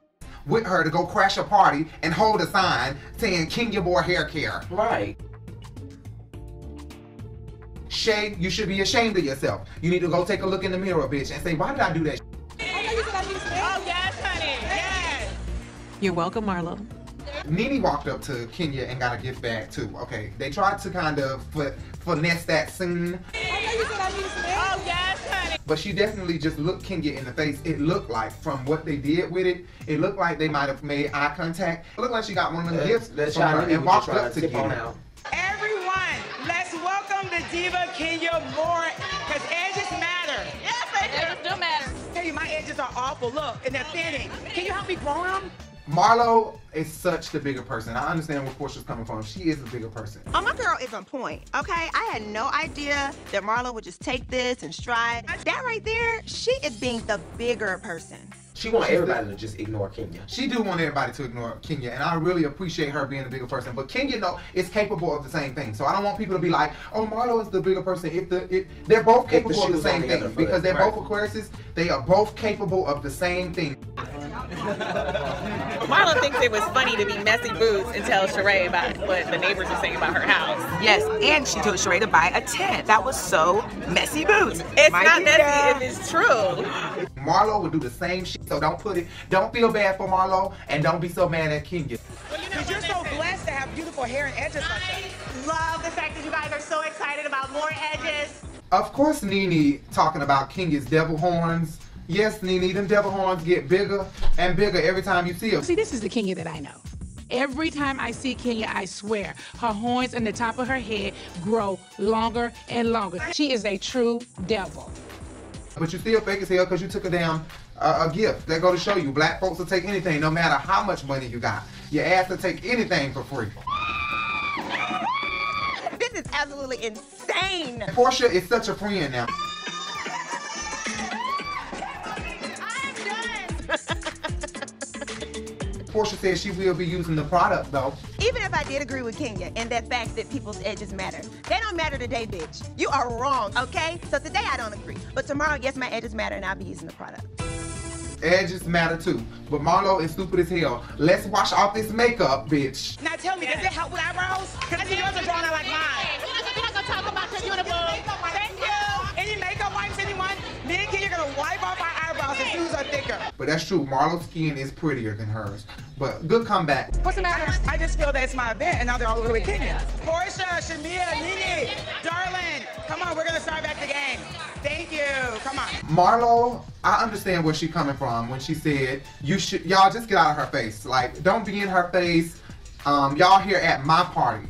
Speaker 1: with her to go crash a party and hold a sign saying King Your Boy Hair Care.
Speaker 4: Right.
Speaker 1: Shay, you should be ashamed of yourself. You need to go take a look in the mirror, bitch, and say, why did I do that? shit?"
Speaker 14: Oh, yes, honey. Yes.
Speaker 12: You're welcome, Marlo.
Speaker 1: Nene walked up to Kenya and got a gift bag too. Okay, they tried to kind of fi- finesse that scene,
Speaker 14: Oh, yes, honey.
Speaker 1: but she definitely just looked Kenya in the face. It looked like, from what they did with it, it looked like they might have made eye contact. It looked like she got one of them gifts
Speaker 4: That
Speaker 1: from her
Speaker 4: child
Speaker 1: and
Speaker 4: and was
Speaker 1: walked
Speaker 4: trying
Speaker 1: up
Speaker 4: to
Speaker 1: to
Speaker 4: tip on
Speaker 1: Kenya.
Speaker 4: out.
Speaker 15: Everyone, let's welcome the diva Kenya Moore, because edges matter. Yes, edges do matter. Tell you, my edges are awful. Look, and they're thinning. Can you help me grow them?
Speaker 1: Marlo is such the bigger person. I understand where Portia's coming from. She is the bigger person.
Speaker 27: Oh, my girl is on point. Okay, I had no idea that Marlo would just take this and stride. That right there, she is being the bigger person.
Speaker 4: She want everybody to just ignore Kenya.
Speaker 1: She do want everybody to ignore Kenya, and I really appreciate her being the bigger person. But Kenya, no, is capable of the same thing. So I don't want people to be like, "Oh, Marlo is the bigger person." If the if, they're both
Speaker 4: If the
Speaker 1: capable
Speaker 4: shoe
Speaker 1: of the
Speaker 4: was on
Speaker 1: same
Speaker 4: the
Speaker 1: thing
Speaker 4: other foot,
Speaker 1: because they're
Speaker 4: right.
Speaker 1: both Aquariuses, they are both capable of the same thing.
Speaker 13: Marlo thinks it was funny to be messy boots and tell Sheree about what the neighbors are saying about her house.
Speaker 12: Yes, and she told Sheree to buy a tent. That was so messy boots.
Speaker 13: It's
Speaker 12: My
Speaker 13: not
Speaker 12: dear.
Speaker 13: messy if it's true.
Speaker 1: Marlo would do the same shit. So don't put it. Don't feel bad for Marlo, and don't be so mad at Kenya.
Speaker 15: Because you're so blessed to have beautiful hair and edges like that. love the fact that you guys are so excited about more edges.
Speaker 1: Of course, Nene talking about Kenya's devil horns. Yes, Nene, them devil horns get bigger and bigger every time you see them.
Speaker 2: See, this is the Kenya that I know. Every time I see Kenya, I swear her horns and the top of her head grow longer and longer. She is a true devil.
Speaker 1: But you still fake as hell because you took a damn uh, a gift. They go to show you, black folks will take anything, no matter how much money you got. Your ass will take anything for free.
Speaker 7: This is absolutely insane.
Speaker 1: Portia is such a friend now. Portia says she will be using the product though.
Speaker 7: Even if I did agree with Kenya and that fact that people's edges matter, they don't matter today, bitch. You are wrong, okay? So today I don't agree. But tomorrow, yes, my edges matter and I'll be using the product.
Speaker 1: Edges matter too. But Marlo is stupid as hell. Let's wash off this makeup, bitch.
Speaker 15: Now tell me, does it help with eyebrows? Because yours are drawn out like mine. We're not gonna talk about your uniform. Thank you. Any makeup wipes, anyone? Me and Kenya gonna wipe off our eyebrows. The shoes are thicker.
Speaker 1: But that's true. Marlo's skin is prettier than hers. But good comeback.
Speaker 15: What's the matter? I just feel that it's my event, and now they're all over with Kenya. Portia, Shamia, Nene, darling, come on, we're gonna start back the game. Thank you. Come on.
Speaker 1: Marlo, I understand where she's coming from when she said you should y'all just get out of her face. Like, don't be in her face. Um, y'all here at my party.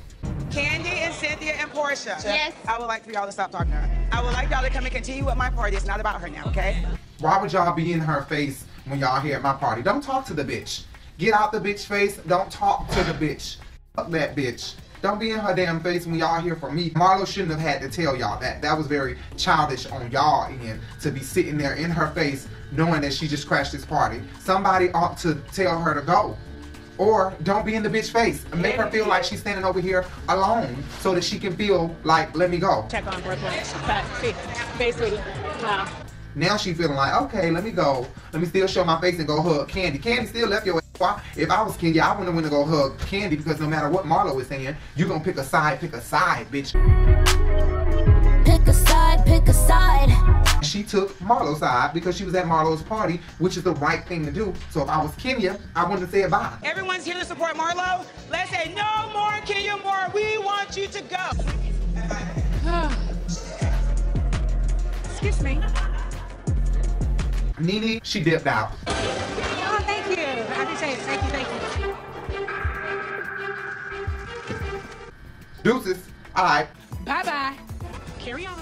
Speaker 15: Candy and Cynthia and Portia. Yes. I would like for y'all to stop talking to her. I would like y'all to come and continue with my party. It's not about her now, okay?
Speaker 1: Why would y'all be in her face when y'all here at my party? Don't talk to the bitch. Get out the bitch face. Don't talk to the bitch. Fuck that bitch. Don't be in her damn face when y'all hear from me. Marlo shouldn't have had to tell y'all that. That was very childish on y'all end to be sitting there in her face knowing that she just crashed this party. Somebody ought to tell her to go. Or don't be in the bitch face. Make her feel like she's standing over here alone so that she can feel like, let me go.
Speaker 8: Check on Brooklyn. But, see, basically, wow.
Speaker 1: Now she feeling like, okay, let me go. Let me still show my face and go hug Candy. Candy still left your ass. Why- If I was Candy, I wouldn't want to go hug Candy because no matter what Marlo is saying, you gonna pick a side, pick a side, bitch.
Speaker 30: Pick a side, pick a side.
Speaker 1: She took Marlo's side because she was at Marlo's party, which is the right thing to do. So if I was Kenya, I wouldn't have said bye.
Speaker 15: Everyone's here to support Marlo. Let's say no more Kenya Moore. We want you to go.
Speaker 8: Excuse me.
Speaker 1: Nene, she dipped out.
Speaker 8: Oh, thank you. I appreciate it. Thank you, thank you.
Speaker 1: Deuces. All right.
Speaker 8: Bye bye. Carry on.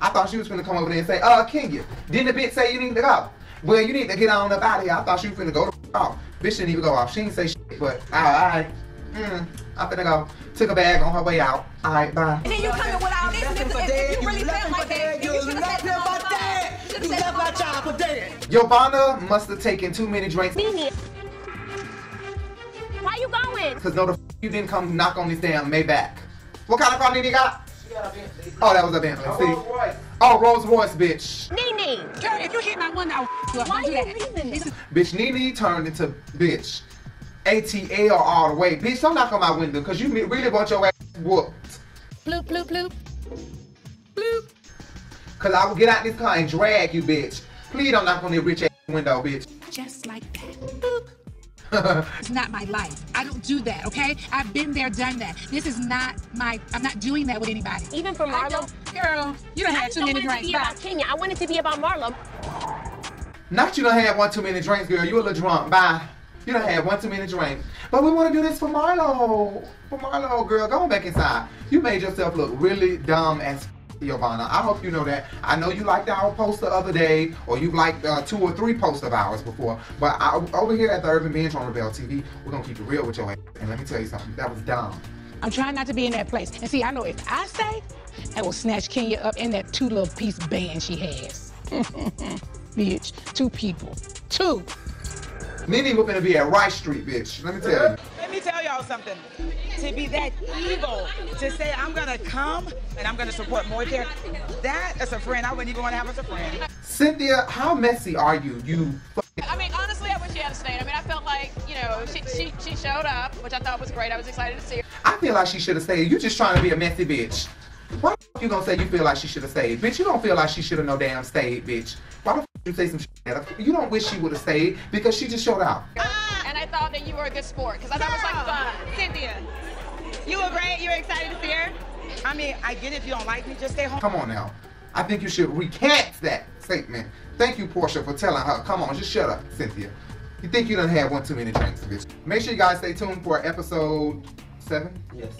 Speaker 1: I thought she was gonna come over there and say, uh, Kenya, didn't the bitch say you need to go? Well, you need to get on up out of here. I thought she was gonna go to f- off. Bitch didn't even go off. She didn't say shit, but all right. Mm, I'm finna go. Took a bag on her way out. All right, bye.
Speaker 2: And then you coming with all this, and if, if you really felt like that, you should have said that. You left my job for dead.
Speaker 1: Yovana must have taken too many drinks.
Speaker 31: Why you going?
Speaker 1: Cause no, the f- you didn't come knock on this damn Maybach. What kind of car did he got? Oh, that was a Bentley. See? Oh, Rolls Royce, bitch.
Speaker 2: Nene. Girl, if you hit my one, I'll f- you up.
Speaker 31: Why
Speaker 2: Don't do
Speaker 31: you
Speaker 2: that.
Speaker 31: leaving?
Speaker 2: This is-
Speaker 1: Bitch, Nene turned into bitch. ATL all the way. Bitch, don't knock on my window because you me- really want your ass whooped.
Speaker 2: Bloop, bloop, bloop.
Speaker 1: Because I will get out this car and drag you, bitch. Please don't knock on that rich ass window, bitch.
Speaker 2: Just like that. Boop. It's not my life. I don't do that, okay? I've been there, done that. This is not my, I'm not doing that with anybody. Even for Marlo? Girl, you don't
Speaker 31: I
Speaker 2: have
Speaker 31: just
Speaker 2: too
Speaker 31: don't
Speaker 2: many
Speaker 31: want it to
Speaker 2: drinks.
Speaker 31: be
Speaker 2: Bye.
Speaker 31: about Kenya. I want it to be about Marlo.
Speaker 1: Not you done had one too many drinks, girl. You a little drunk. Bye. You done had one too many drinks. But we want to do this for Marlo. For Marlo, girl. Go on back inside. You made yourself look really dumb as f- Yovana. I hope you know that. I know you liked our post the other day, or you liked uh, two or three posts of ours before. But I, over here at the Urban Bench on Rebel TV, we're going to keep it real with your ass. And let me tell you something. That was dumb.
Speaker 2: I'm trying not to be in that place. And see, I know if I say, I will snatch Kenya up in that two little piece band she has. [laughs] Bitch, two people. Two.
Speaker 1: Nene was going to be at Rice Street, bitch. Let me tell you.
Speaker 15: Let me tell y'all something. To be that evil, to say I'm gonna come and I'm gonna support more there, that is a friend I wouldn't even want to have as a friend.
Speaker 1: Cynthia, how messy are you? You
Speaker 13: I mean, honestly, I wish she had stayed. I mean, I felt like, you know, she, she, she showed up, which I thought was great. I was excited to see her.
Speaker 1: I feel like she should have stayed. You just trying to be a messy bitch. Why the f- you gonna say you feel like she should have stayed? Bitch, you don't feel like she should have no damn stayed, bitch. Why the f- you say some shit? like that? You don't wish she would have stayed because she just showed out.
Speaker 15: Ah!
Speaker 13: And I thought that you were a good sport because I thought it was like fun. Cynthia.
Speaker 15: You were great. You were excited to see her. I mean, I get it if you don't like me, just stay home.
Speaker 1: Come on now. I think you should recant that statement. Thank you, Portia, for telling her. Come on, just shut up, Cynthia. You think you done had one too many drinks, bitch. Make sure you guys stay tuned for episode seven.
Speaker 4: Yes.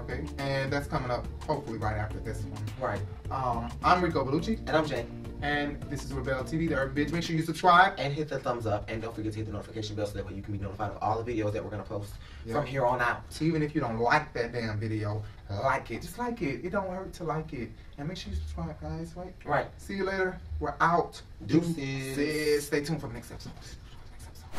Speaker 1: Okay, and that's coming up hopefully right after this one.
Speaker 4: Right.
Speaker 1: Um, I'm Rico Bellucci.
Speaker 4: And I'm Jay.
Speaker 1: And this is Rebel TV, the Urban Bitch. Make sure you subscribe.
Speaker 4: And hit the thumbs up. And don't forget to hit the notification bell so that way you can be notified of all the videos that we're going to post
Speaker 1: Yeah.
Speaker 4: from here on out.
Speaker 1: Even if you don't like that damn video, like it. Just like it. It don't hurt to like it. And make sure you subscribe, guys. Right?
Speaker 4: Right.
Speaker 1: See you later. We're out.
Speaker 4: Deuces.
Speaker 1: Deuces. Stay tuned for the next episode.